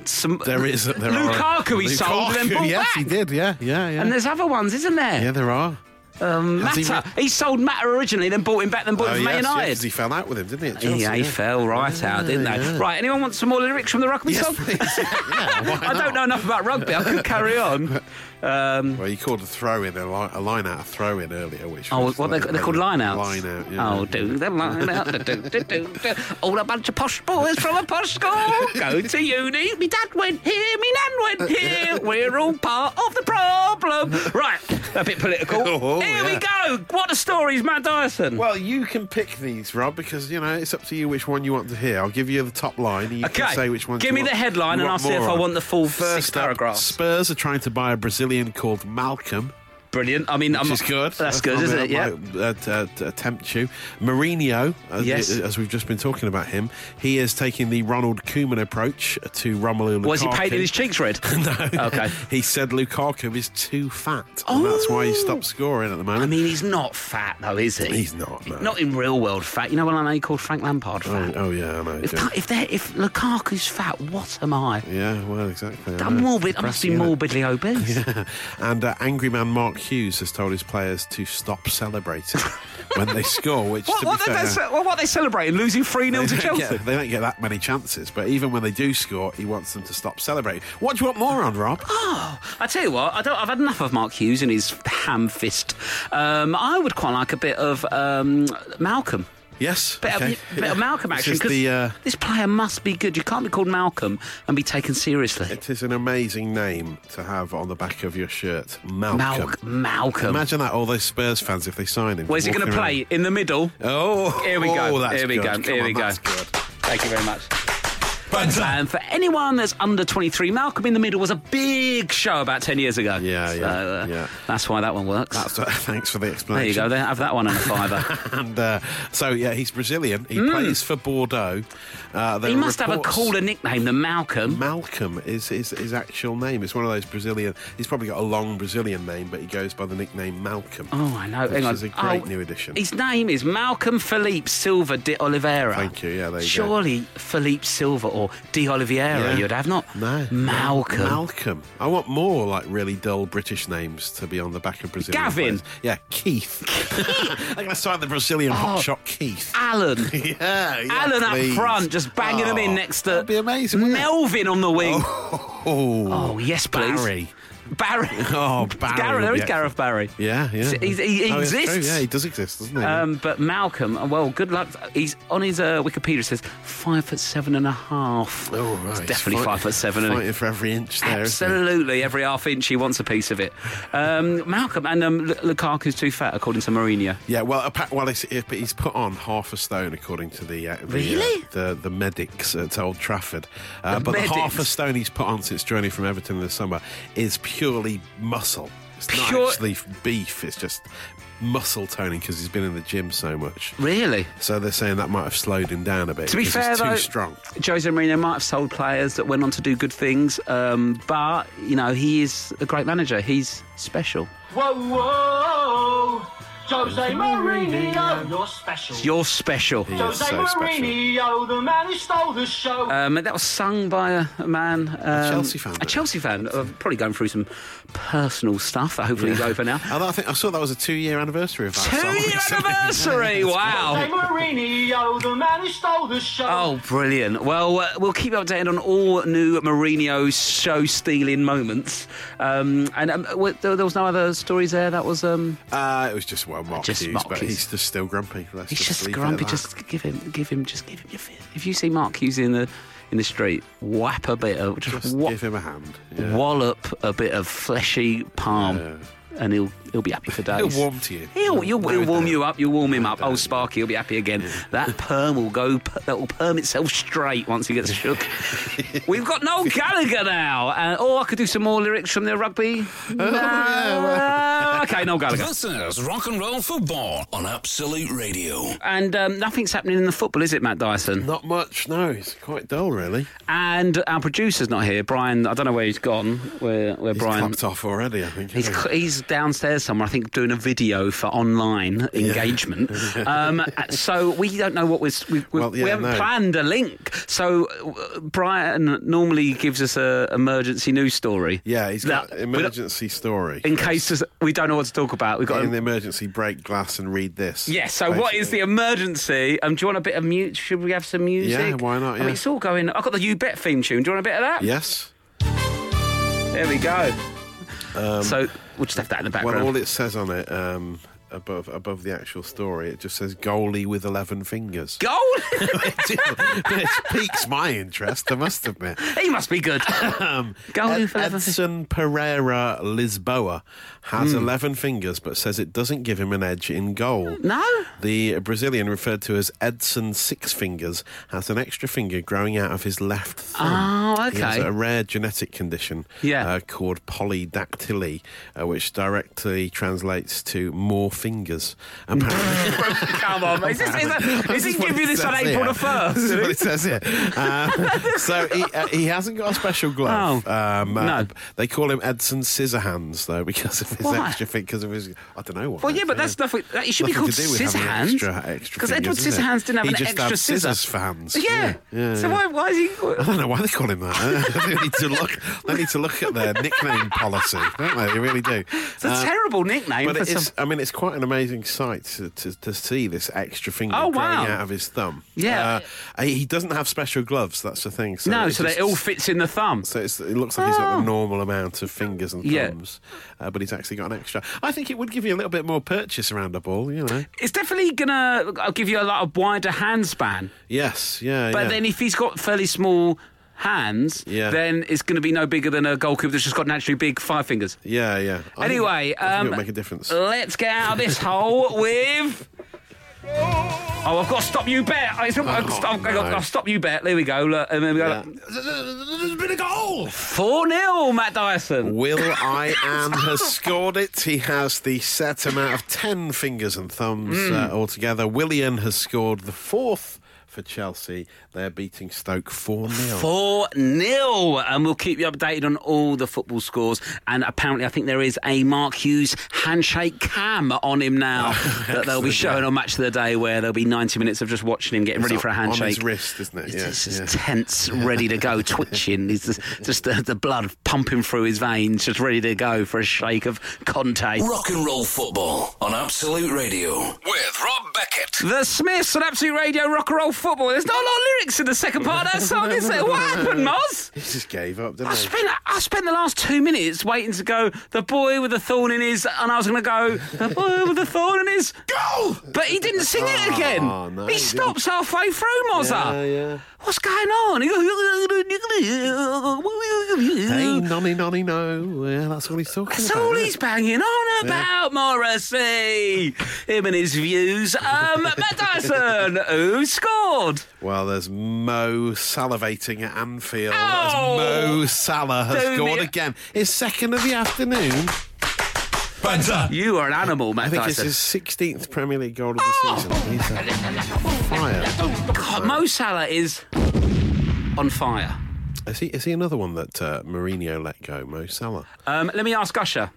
[SPEAKER 8] Some,
[SPEAKER 9] There is there
[SPEAKER 8] Lukaku
[SPEAKER 9] Are.
[SPEAKER 8] he sold and then
[SPEAKER 9] Lukaku,
[SPEAKER 8] bought
[SPEAKER 9] yes,
[SPEAKER 8] back.
[SPEAKER 9] he did. Yeah, yeah, yeah.
[SPEAKER 8] And there's other ones, isn't there?
[SPEAKER 9] yeah, there are.
[SPEAKER 8] um,
[SPEAKER 9] has he
[SPEAKER 8] Mata. He, sold Mata originally, then bought him back, then bought
[SPEAKER 9] Oh,
[SPEAKER 8] him for Man
[SPEAKER 9] yes, yeah, 'cause
[SPEAKER 8] United.
[SPEAKER 9] he fell out with him, didn't he? at
[SPEAKER 8] Yeah,
[SPEAKER 9] Chelsea,
[SPEAKER 8] he fell right out, didn't they?
[SPEAKER 9] yeah.
[SPEAKER 8] Right, anyone want some more lyrics from the rugby
[SPEAKER 9] Yes,
[SPEAKER 8] song?
[SPEAKER 9] please. Yeah, why
[SPEAKER 8] I don't
[SPEAKER 9] not?
[SPEAKER 8] know enough about rugby. I could carry on. Um,
[SPEAKER 9] Well, you called a throw in a, li- a line out a throw in earlier, which
[SPEAKER 8] Oh,
[SPEAKER 9] was
[SPEAKER 8] what
[SPEAKER 9] like
[SPEAKER 8] they,
[SPEAKER 9] a
[SPEAKER 8] they're called
[SPEAKER 9] little
[SPEAKER 8] line outs.
[SPEAKER 9] Line out. Yeah.
[SPEAKER 8] Oh, do the line out. do, do, do, do, do. All a bunch of posh boys from a posh school go to uni. Me dad went here, me nan
[SPEAKER 9] Uh,
[SPEAKER 8] went here. We're all part of the problem. Right, a bit political.
[SPEAKER 9] Oh,
[SPEAKER 8] here we go. What a story is Matt Dyson.
[SPEAKER 9] Well, you can pick these, Rob, because you know it's up to you which one you want to hear. I'll give you the top line. And you
[SPEAKER 8] Okay.
[SPEAKER 9] can say which one.
[SPEAKER 8] Give me the headline and I'll see if I want the full six
[SPEAKER 9] First up,
[SPEAKER 8] paragraphs.
[SPEAKER 9] Spurs are trying to buy a Brazilian called Malcolm.
[SPEAKER 8] Brilliant. I mean, I'm,
[SPEAKER 9] Which is good.
[SPEAKER 8] That's good,
[SPEAKER 9] one
[SPEAKER 8] isn't
[SPEAKER 9] that
[SPEAKER 8] it? Yeah.
[SPEAKER 9] might, uh, t- uh, t- attempt you. Mourinho, as,
[SPEAKER 8] Yes.
[SPEAKER 9] as we've just been talking about him, he is taking the Ronald Koeman approach to Romelu Lukaku.
[SPEAKER 8] Was he painting his cheeks red? no. Okay.
[SPEAKER 9] He said Lukaku is too fat, and that's why
[SPEAKER 8] Oh.
[SPEAKER 9] he stopped scoring at the moment.
[SPEAKER 8] I mean, he's not fat though, is he?
[SPEAKER 9] He's not, no.
[SPEAKER 8] Not in real world fat. You know what I know? He called Frank Lampard fat.
[SPEAKER 9] oh, oh, yeah, I know.
[SPEAKER 8] If,
[SPEAKER 9] yeah.
[SPEAKER 8] that, if, they're, if Lukaku's fat, what am I?
[SPEAKER 9] Yeah, well, exactly. I
[SPEAKER 8] I'm
[SPEAKER 9] know.
[SPEAKER 8] morbid. I must be
[SPEAKER 9] Depressing,
[SPEAKER 8] morbidly obese.
[SPEAKER 9] innit? and uh, angry man Mark Hughes has told his players to stop celebrating when they score, which
[SPEAKER 8] What,
[SPEAKER 9] to
[SPEAKER 8] what,
[SPEAKER 9] be
[SPEAKER 8] are
[SPEAKER 9] fair,
[SPEAKER 8] they, ce- well, what are they celebrating? Losing 3 0
[SPEAKER 9] they,
[SPEAKER 8] to
[SPEAKER 9] don't
[SPEAKER 8] Chelsea?
[SPEAKER 9] get, they don't get that many chances. But even when they do score, he wants them to stop celebrating. What do you want more on, Rob?
[SPEAKER 8] I tell you what, I don't, I've had enough of Mark Hughes and his ham fist. Um, I would quite like a bit of um, Malcolm.
[SPEAKER 9] yes,
[SPEAKER 8] Bit,
[SPEAKER 9] okay.
[SPEAKER 8] of, bit of Malcolm
[SPEAKER 9] This
[SPEAKER 8] action.
[SPEAKER 9] is
[SPEAKER 8] 'cause
[SPEAKER 9] the, uh,
[SPEAKER 8] this player must be good. You can't be called Malcolm and be taken seriously.
[SPEAKER 9] it is an amazing name to have on the back of your shirt, Malcolm.
[SPEAKER 8] Mal- Malcolm.
[SPEAKER 9] Imagine that all those Spurs fans if they sign him.
[SPEAKER 8] Where's Um, he going to
[SPEAKER 9] walking around.
[SPEAKER 8] play? In the middle.
[SPEAKER 9] Oh,
[SPEAKER 8] Here we go.
[SPEAKER 9] oh, that's
[SPEAKER 8] Here we
[SPEAKER 9] good.
[SPEAKER 8] go.
[SPEAKER 9] Come
[SPEAKER 8] Here
[SPEAKER 9] on,
[SPEAKER 8] we go.
[SPEAKER 9] that's good.
[SPEAKER 8] Thank you very much. And for anyone that's under 23, Malcolm in the Middle was a big show about 10 years ago. uh,
[SPEAKER 9] Yeah, yeah, yeah.
[SPEAKER 8] That's why that one works.
[SPEAKER 9] That's, thanks for the
[SPEAKER 8] there you
[SPEAKER 9] explanation.
[SPEAKER 8] go. There, have that one on a fiver.
[SPEAKER 9] And uh, so, yeah, he's Brazilian. He plays for Bordeaux. Uh, there
[SPEAKER 8] Mm. he
[SPEAKER 9] are
[SPEAKER 8] must have a
[SPEAKER 9] reports-
[SPEAKER 8] cooler nickname than Malcolm.
[SPEAKER 9] Malcolm is his, his actual name. It's one of those Brazilian. He's probably got a long Brazilian name, but he goes by the nickname Malcolm.
[SPEAKER 8] Oh, I know.
[SPEAKER 9] Which
[SPEAKER 8] Hang on.
[SPEAKER 9] is a great
[SPEAKER 8] Oh,
[SPEAKER 9] new addition.
[SPEAKER 8] His name is Malcolm Felipe Silva de Oliveira.
[SPEAKER 9] Thank you, yeah, there you go.
[SPEAKER 8] Surely Felipe Silva or de Oliveira,
[SPEAKER 9] Yeah.
[SPEAKER 8] you'd have not.
[SPEAKER 9] No.
[SPEAKER 8] Malcolm.
[SPEAKER 9] Malcolm. I want more like really dull British names to be on the back of Brazilian.
[SPEAKER 8] Gavin.
[SPEAKER 9] players. Yeah, Keith. I'm going to sign the Brazilian hot shot Keith.
[SPEAKER 8] Oh. Alan.
[SPEAKER 9] Yeah, yeah,
[SPEAKER 8] Alan
[SPEAKER 9] please.
[SPEAKER 8] up front, just banging them in
[SPEAKER 9] Oh,
[SPEAKER 8] next to
[SPEAKER 9] that'd be amazing, wouldn't it?
[SPEAKER 8] Melvin on the wing.
[SPEAKER 9] Oh,
[SPEAKER 8] Oh, yes, please.
[SPEAKER 9] Barry.
[SPEAKER 8] Barry.
[SPEAKER 9] Oh, Barry
[SPEAKER 8] Gareth,
[SPEAKER 9] would
[SPEAKER 8] there
[SPEAKER 9] be
[SPEAKER 8] is Gareth
[SPEAKER 9] excellent.
[SPEAKER 8] Barry.
[SPEAKER 9] Yeah, yeah.
[SPEAKER 8] He's- he- he
[SPEAKER 9] Oh, it's true.
[SPEAKER 8] exists.
[SPEAKER 9] Yeah, he does exist, doesn't he?
[SPEAKER 8] Um, but Malcolm, uh, well, good luck. He's on his uh, Wikipedia. It says five foot seven and a half.
[SPEAKER 9] Oh, right.
[SPEAKER 8] It's definitely
[SPEAKER 9] Fight-
[SPEAKER 8] five foot seven. isn't he?
[SPEAKER 9] Fighting for every inch there. isn't he?
[SPEAKER 8] Absolutely, every half inch he wants a piece of it. Um, Malcolm and um, Lu- Lukaku's too fat, according to Mourinho.
[SPEAKER 9] Yeah, well, appa- well, it's, it, he's put on half a stone, according to the uh, the, uh,
[SPEAKER 8] Really?
[SPEAKER 9] the the medics at Old Trafford. Uh,
[SPEAKER 8] The
[SPEAKER 9] but
[SPEAKER 8] medics?
[SPEAKER 9] the half a stone he's put on since joining from Everton this summer is purely muscle. It's
[SPEAKER 8] Pure-
[SPEAKER 9] not actually beef. It's just muscle toning because he's been in the gym so much.
[SPEAKER 8] Really?
[SPEAKER 9] So they're saying that might have slowed him down a bit.
[SPEAKER 8] To be
[SPEAKER 9] 'cause
[SPEAKER 8] fair,
[SPEAKER 9] he's too
[SPEAKER 8] though,
[SPEAKER 9] strong.
[SPEAKER 8] Jose Mourinho might have sold players that went on to do good things, um, but you know he is a great manager. He's special.
[SPEAKER 11] Whoa, whoa, Jose Mourinho, you're special.
[SPEAKER 8] You're special.
[SPEAKER 9] He is
[SPEAKER 11] Jose
[SPEAKER 9] so special.
[SPEAKER 11] Mourinho, the man who stole the show.
[SPEAKER 8] Um, that was sung by a, a man, um,
[SPEAKER 9] Chelsea fan,
[SPEAKER 8] A
[SPEAKER 9] though.
[SPEAKER 8] Chelsea fan, uh, probably going through some personal stuff. Uh, Hopefully he's over now.
[SPEAKER 9] Although I think I saw that was a two-year anniversary of that
[SPEAKER 8] Two
[SPEAKER 9] song
[SPEAKER 8] year
[SPEAKER 9] recently.
[SPEAKER 8] anniversary!
[SPEAKER 11] Jose
[SPEAKER 8] wow.
[SPEAKER 11] Mourinho, the man who stole the show.
[SPEAKER 8] Oh, brilliant. Well, uh, we'll keep you updated on all new Mourinho show stealing moments. Um, and um, w- there, there was no other stories there. That was. Um,
[SPEAKER 9] Uh, it was just well, Mark
[SPEAKER 8] Just
[SPEAKER 9] Hughes,
[SPEAKER 8] Mark
[SPEAKER 9] but
[SPEAKER 8] Hughes.
[SPEAKER 9] he's just still grumpy. Let's
[SPEAKER 8] he's just,
[SPEAKER 9] leave it at
[SPEAKER 8] grumpy.
[SPEAKER 9] that.
[SPEAKER 8] Just give him, give him, just give him your fist. If you see Mark Hughes in the in the street, whap a bit of. Just,
[SPEAKER 9] Just
[SPEAKER 8] wa-
[SPEAKER 9] give him a hand. Yeah.
[SPEAKER 8] wallop a bit of fleshy palm, and he'll he'll be happy for days.
[SPEAKER 9] He'll warm to you.
[SPEAKER 8] He'll, you'll,
[SPEAKER 9] No
[SPEAKER 8] he'll warm
[SPEAKER 9] doubt.
[SPEAKER 8] you up. You'll warm him up.
[SPEAKER 9] doubt,
[SPEAKER 8] Old Sparky, he'll be happy again. That perm will go. That will perm itself straight once he gets shook. We've got Noel Gallagher now. Uh, oh, I could do some more lyrics from the rugby.
[SPEAKER 9] yeah, well.
[SPEAKER 8] No. okay, Noel Gallagher.
[SPEAKER 2] This is rock and roll football on Absolute Radio.
[SPEAKER 8] And um, nothing's happening in the football, is it, Matt Dyson?
[SPEAKER 9] Not much, no. It's quite dull, really.
[SPEAKER 8] And our producer's not here, Brian. I don't know where he's gone. Where, where
[SPEAKER 9] He's
[SPEAKER 8] Brian?
[SPEAKER 9] clapped off already, I think.
[SPEAKER 8] He's,
[SPEAKER 9] hasn't he?
[SPEAKER 8] cl- he's downstairs somewhere, I think, doing a video for online engagement. um, so we don't know what we're, s- we, we,
[SPEAKER 9] Well, yeah,
[SPEAKER 8] we haven't
[SPEAKER 9] no.
[SPEAKER 8] planned a link. So uh, Brian normally gives us a emergency news story.
[SPEAKER 9] yeah, he's
[SPEAKER 8] That-
[SPEAKER 9] got emergency story.
[SPEAKER 8] we don't- In case there's- we don't know what to talk about, we've got.
[SPEAKER 9] Get in
[SPEAKER 8] a
[SPEAKER 9] the emergency break glass and read this.
[SPEAKER 8] yeah, so what is the emergency? Um, do you want a bit of music? Should we have some music?
[SPEAKER 9] why
[SPEAKER 8] I
[SPEAKER 9] not, yeah.
[SPEAKER 8] mean, it's all going. I've got the You Bet theme tune. Do you want a bit of that?
[SPEAKER 9] Yes.
[SPEAKER 8] There we go. so we'll just have that in the background.
[SPEAKER 9] Well, Um, all it says on it um, above above the actual story, it just says goalie with eleven fingers.
[SPEAKER 8] Goal!
[SPEAKER 9] it piques my interest. I must admit.
[SPEAKER 8] he must be good. Goal
[SPEAKER 9] Ed-
[SPEAKER 8] for eleven.
[SPEAKER 9] Edson Pereira Lisboa has 11 fingers, but says it doesn't give him an edge in goal.
[SPEAKER 8] No?
[SPEAKER 9] The Brazilian, referred to as Edson Six Fingers, has an extra finger growing out of his left thumb.
[SPEAKER 8] Oh,
[SPEAKER 9] He has
[SPEAKER 8] okay.
[SPEAKER 9] a rare genetic condition
[SPEAKER 8] Yeah.
[SPEAKER 9] uh, called polydactyly, uh, which directly translates to more fingers. Apparently.
[SPEAKER 8] Come on, mate. Is, this, is, that, is
[SPEAKER 9] That's
[SPEAKER 8] he
[SPEAKER 9] what
[SPEAKER 8] giving you
[SPEAKER 9] it
[SPEAKER 8] this on
[SPEAKER 9] says
[SPEAKER 8] April
[SPEAKER 9] here.
[SPEAKER 8] the 1st?
[SPEAKER 9] This is what it says here. Uh, so he, uh, he hasn't got a special glove.
[SPEAKER 8] Oh,
[SPEAKER 9] um, uh,
[SPEAKER 8] no.
[SPEAKER 9] They call him Edson Scissorhands, though, because of his
[SPEAKER 8] Why?
[SPEAKER 9] extra finger. Because of his, I don't know what.
[SPEAKER 8] Well, yeah, but that's nothing. That, it should be called
[SPEAKER 9] Nothing to do with
[SPEAKER 8] Scissorhands.
[SPEAKER 9] having extra- extra
[SPEAKER 8] Because Edward
[SPEAKER 9] fingers, isn't it?
[SPEAKER 8] Scissorhands didn't have
[SPEAKER 9] He
[SPEAKER 8] an
[SPEAKER 9] just
[SPEAKER 8] extra
[SPEAKER 9] had
[SPEAKER 8] scissor.
[SPEAKER 9] scissors for hands.
[SPEAKER 8] Yeah.
[SPEAKER 9] Yeah, yeah,
[SPEAKER 8] so
[SPEAKER 9] yeah.
[SPEAKER 8] why why is he?
[SPEAKER 9] I don't know why they call him that. they need to look. They need to look at their nickname policy, don't they? They really do. Uh,
[SPEAKER 8] It's a terrible nickname
[SPEAKER 9] But
[SPEAKER 8] for
[SPEAKER 9] it's,
[SPEAKER 8] some.
[SPEAKER 9] I mean, it's quite an amazing sight to, to, to see this extra finger
[SPEAKER 8] Oh,
[SPEAKER 9] growing
[SPEAKER 8] wow.
[SPEAKER 9] out of his thumb.
[SPEAKER 8] Yeah.
[SPEAKER 9] Uh, he he doesn't have special gloves. That's the thing. So
[SPEAKER 8] No,
[SPEAKER 9] it
[SPEAKER 8] so that
[SPEAKER 9] just-
[SPEAKER 8] it all fits in the thumb.
[SPEAKER 9] So it's, it looks like he's got
[SPEAKER 8] Oh.
[SPEAKER 9] the normal amount of fingers and
[SPEAKER 8] Yeah.
[SPEAKER 9] thumbs, uh, but he's actually got an extra. I think it would give you a little bit more purchase around a ball, you know.
[SPEAKER 8] It's definitely gonna I'll give you a lot of wider hand span.
[SPEAKER 9] Yes, yeah.
[SPEAKER 8] But
[SPEAKER 9] yeah.
[SPEAKER 8] then if he's got fairly small hands,
[SPEAKER 9] Yeah.
[SPEAKER 8] then it's gonna be no bigger than a goalkeeper that's just got naturally big five fingers.
[SPEAKER 9] yeah, yeah. I think-
[SPEAKER 8] Anyway,
[SPEAKER 9] I think
[SPEAKER 8] um,
[SPEAKER 9] it'll make a difference.
[SPEAKER 8] Let's get out of this hole with. Oh, I've got to stop you bet. Oh, It's- I've, got to stop, I've got-
[SPEAKER 9] Oh, no.
[SPEAKER 8] I've stopped you bet. There we go. Look, and then we go.
[SPEAKER 9] Yeah.
[SPEAKER 8] There's been a goal. Four 0 Matt Dyson.
[SPEAKER 9] Will I Am has scored it. He has the set amount of 10 fingers and thumbs
[SPEAKER 8] Hmm.
[SPEAKER 9] uh, altogether. Willian has scored the fourth for Chelsea. They're beating Stoke 4 0.
[SPEAKER 8] Four 0 and we'll keep you updated on all the football scores. And apparently, I think there is a Mark Hughes handshake cam on him now that they'll be
[SPEAKER 9] Excellent,
[SPEAKER 8] showing
[SPEAKER 9] yeah.
[SPEAKER 8] on Match of the Day, where there'll be ninety minutes of just watching him getting ready for a
[SPEAKER 9] on his
[SPEAKER 8] handshake
[SPEAKER 9] wrist, isn't it?
[SPEAKER 8] It's
[SPEAKER 9] Yeah,
[SPEAKER 8] just, just
[SPEAKER 9] yeah.
[SPEAKER 8] tense, ready to go, twitching. He's just, just the, the blood pumping through his veins, just ready to go for a shake of Conte.
[SPEAKER 2] Rock and roll football on Absolute Radio.
[SPEAKER 14] With Rob Beckett.
[SPEAKER 8] The Smiths on Absolute Radio, rock and roll football. There's not a lot of lyrics in the second part of that song, is there? What happened, Moz?
[SPEAKER 9] He just gave up,
[SPEAKER 8] I
[SPEAKER 9] didn't he?
[SPEAKER 8] spent, I spent the last two minutes waiting to go, the boy with the thorn in his, and I was going to go, the boy with the thorn in his, goal! But he didn't sing it again.
[SPEAKER 9] Oh, no,
[SPEAKER 8] Ah, he
[SPEAKER 9] he
[SPEAKER 8] stops halfway through, Mozza.
[SPEAKER 9] Yeah, yeah.
[SPEAKER 8] What's going on?
[SPEAKER 9] Hey, nonny, nonny, no. Yeah, that's all he's talking
[SPEAKER 8] That's
[SPEAKER 9] about.
[SPEAKER 8] all
[SPEAKER 9] isn't
[SPEAKER 8] he's
[SPEAKER 9] it?
[SPEAKER 8] banging on about, Morrissey. Him and his views. Um, Matt Dyson, who scored?
[SPEAKER 9] Well, there's Mo salivating at Anfield.
[SPEAKER 8] Ow!
[SPEAKER 9] As Mo Salah has
[SPEAKER 8] Do me
[SPEAKER 9] scored
[SPEAKER 8] a-
[SPEAKER 9] again. His second of the afternoon.
[SPEAKER 8] You are an animal, Matt
[SPEAKER 9] I think it's
[SPEAKER 8] Dyson.
[SPEAKER 9] his 16th Premier League goal of the
[SPEAKER 8] Oh!
[SPEAKER 9] season. He's on fire.
[SPEAKER 8] God, Mo Salah is on fire.
[SPEAKER 9] Is he, is he another one that uh, Mourinho let go, Mo Salah?
[SPEAKER 8] Um, let me ask Usher.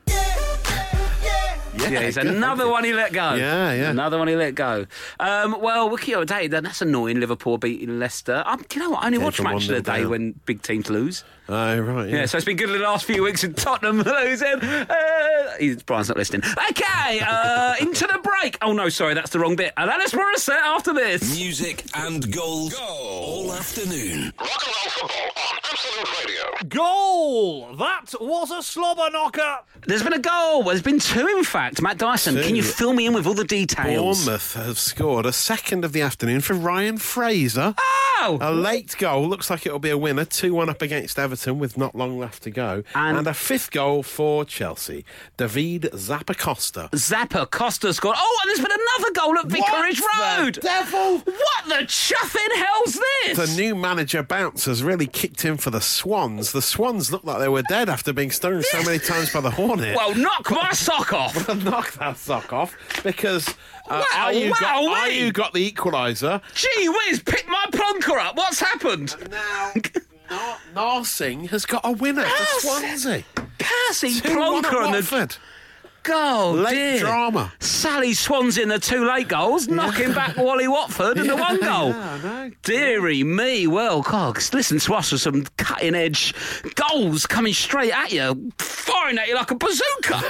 [SPEAKER 8] Yeah, he's
[SPEAKER 9] good.
[SPEAKER 8] another one he let go.
[SPEAKER 9] Yeah, yeah.
[SPEAKER 8] Another one he let go. Um, well, we'll keep you updated. then. That's annoying. Liverpool beating Leicester. Um, do you know what? I only
[SPEAKER 9] Yeah,
[SPEAKER 8] watch
[SPEAKER 9] from
[SPEAKER 8] match of the
[SPEAKER 9] 1-0
[SPEAKER 8] day
[SPEAKER 9] down.
[SPEAKER 8] when big teams lose.
[SPEAKER 9] Oh, right. Yeah.
[SPEAKER 8] Yeah, so it's been good in the last few weeks in Tottenham losing. Uh, he's- Brian's not listening. Okay, uh, into the break. Oh, no, sorry, that's the wrong bit. Alanis Morissette after
[SPEAKER 9] Mm.
[SPEAKER 8] this.
[SPEAKER 2] Music and goals all afternoon.
[SPEAKER 12] Rock and roll football on Absolute Radio.
[SPEAKER 15] Goal! That was a slobber knocker!
[SPEAKER 8] There's been a goal. There's been two, in fact. Matt Dyson,
[SPEAKER 9] Two.
[SPEAKER 8] can you fill me in with all the details?
[SPEAKER 9] Bournemouth have scored a second of the afternoon for Ryan Fraser.
[SPEAKER 8] wow.
[SPEAKER 9] A late goal looks like it'll be a winner. 2 1 up against Everton with not long left to go. And, and a fifth goal for Chelsea. David Zappacosta.
[SPEAKER 8] Zappa Costa scored. Oh, and there's been another goal at Vicarage
[SPEAKER 9] what
[SPEAKER 8] Road.
[SPEAKER 9] The devil!
[SPEAKER 8] What the chuffing hell's this?
[SPEAKER 9] The new manager Bounce has really kicked in for the Swans. The Swans looked like they were dead after being stung so many times by the Hornet.
[SPEAKER 8] Well, knock my sock off.
[SPEAKER 9] Well, knock that sock off because uh,
[SPEAKER 8] Wow,
[SPEAKER 9] Ayew got,
[SPEAKER 8] wow, wee.
[SPEAKER 9] Ayew got the equaliser.
[SPEAKER 8] Gee whiz, pick my plonker up. What's happened?
[SPEAKER 9] Now, Nar- Narsing has got a winner for
[SPEAKER 8] Narsing.
[SPEAKER 9] Swansea.
[SPEAKER 8] Passing
[SPEAKER 9] Two one
[SPEAKER 8] plonker
[SPEAKER 9] at
[SPEAKER 8] and the
[SPEAKER 9] Watford.
[SPEAKER 8] goal.
[SPEAKER 9] Late
[SPEAKER 8] dear.
[SPEAKER 9] drama.
[SPEAKER 8] Sally Swansea in the two late goals, knocking back Wally Watford and the one goal. Deary me, well, cogs. Listen to us with some cutting edge goals coming straight at you, firing at you like a bazooka.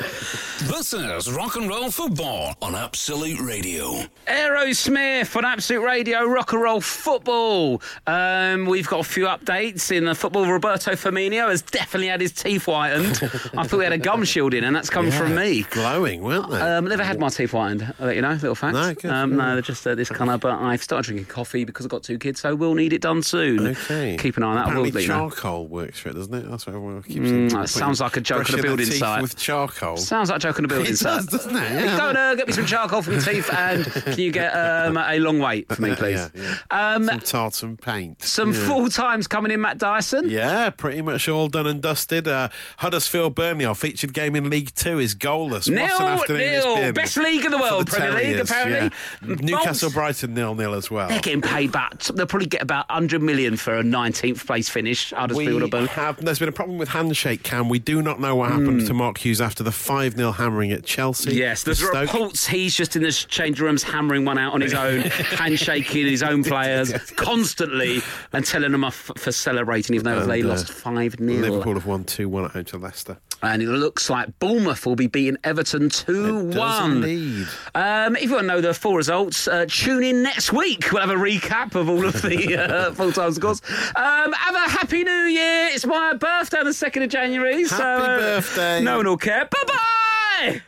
[SPEAKER 2] This is Rock and Roll Football on Absolute Radio.
[SPEAKER 8] Aerosmith on Absolute Radio, rock and roll football. Um, we've got a few updates in the football. Roberto Firmino has definitely had his teeth whitened. I thought he had a gum shield in, and that's come from me.
[SPEAKER 9] Glowing, weren't they?
[SPEAKER 8] Um, never had my teeth whitened. I'll let you know, little fact.
[SPEAKER 9] No, good.
[SPEAKER 8] um, no, they're just uh, this kind of. But I've started drinking coffee because I've got two kids, so we'll need it done soon.
[SPEAKER 9] okay.
[SPEAKER 8] Keep an eye on that. I will
[SPEAKER 9] Apparently
[SPEAKER 8] let you know.
[SPEAKER 9] charcoal works for it, doesn't it? That's what everyone keeps
[SPEAKER 8] Mm,
[SPEAKER 9] saying.
[SPEAKER 8] that sounds like a joke on a
[SPEAKER 9] Brushing their
[SPEAKER 8] building
[SPEAKER 9] teeth
[SPEAKER 8] site.
[SPEAKER 9] with charcoal.
[SPEAKER 8] Sounds like joking about
[SPEAKER 9] It
[SPEAKER 8] it,
[SPEAKER 9] does, doesn't it? Yeah.
[SPEAKER 8] Go and uh, get me some charcoal for my teeth, and can you get um, a long wait for me,
[SPEAKER 9] Yeah,
[SPEAKER 8] please?
[SPEAKER 9] yeah,
[SPEAKER 8] Um,
[SPEAKER 9] Some tartan paint.
[SPEAKER 8] Some
[SPEAKER 9] Yeah.
[SPEAKER 8] full times coming in, Matt Dyson.
[SPEAKER 9] Yeah, pretty much all done and dusted. Uh, Huddersfield Burnley, our featured game in League Two, is goalless. what an
[SPEAKER 8] Nil,
[SPEAKER 9] afternoon it's
[SPEAKER 8] nil.
[SPEAKER 9] been
[SPEAKER 8] Best league in the
[SPEAKER 9] for
[SPEAKER 8] world, Premier League,
[SPEAKER 9] Terriers,
[SPEAKER 8] apparently.
[SPEAKER 9] yeah.
[SPEAKER 8] Bolts-
[SPEAKER 9] Newcastle Brighton nil nil as well.
[SPEAKER 8] They're getting paid back. They'll probably get about 100 million for a 19th place finish. Huddersfield
[SPEAKER 9] We
[SPEAKER 8] or Burnley.
[SPEAKER 9] have, there's been a problem with handshake cam. We do not know what happened to Mark Hughes after the 5 0 hammering at Chelsea.
[SPEAKER 8] Hmm. Yes, there's
[SPEAKER 9] Stoke.
[SPEAKER 8] reports he's just in the change rooms hammering one out on his own, handshaking his own players constantly and telling them off for celebrating, even though
[SPEAKER 9] And,
[SPEAKER 8] they
[SPEAKER 9] uh,
[SPEAKER 8] lost 5
[SPEAKER 9] Liverpool
[SPEAKER 8] 0.
[SPEAKER 9] have won 2 1 at home to Leicester.
[SPEAKER 8] And it looks like Bournemouth will be beating Everton 2
[SPEAKER 9] Does
[SPEAKER 8] 1.
[SPEAKER 9] indeed.
[SPEAKER 8] Um, if you want to know the full results, uh, tune in next week. We'll have a recap of all of the uh, full time scores. Um, have a happy new year. It's my birthday on the 2nd of January. so,
[SPEAKER 9] Happy
[SPEAKER 8] uh,
[SPEAKER 9] birthday.
[SPEAKER 8] No one will care. Bye bye.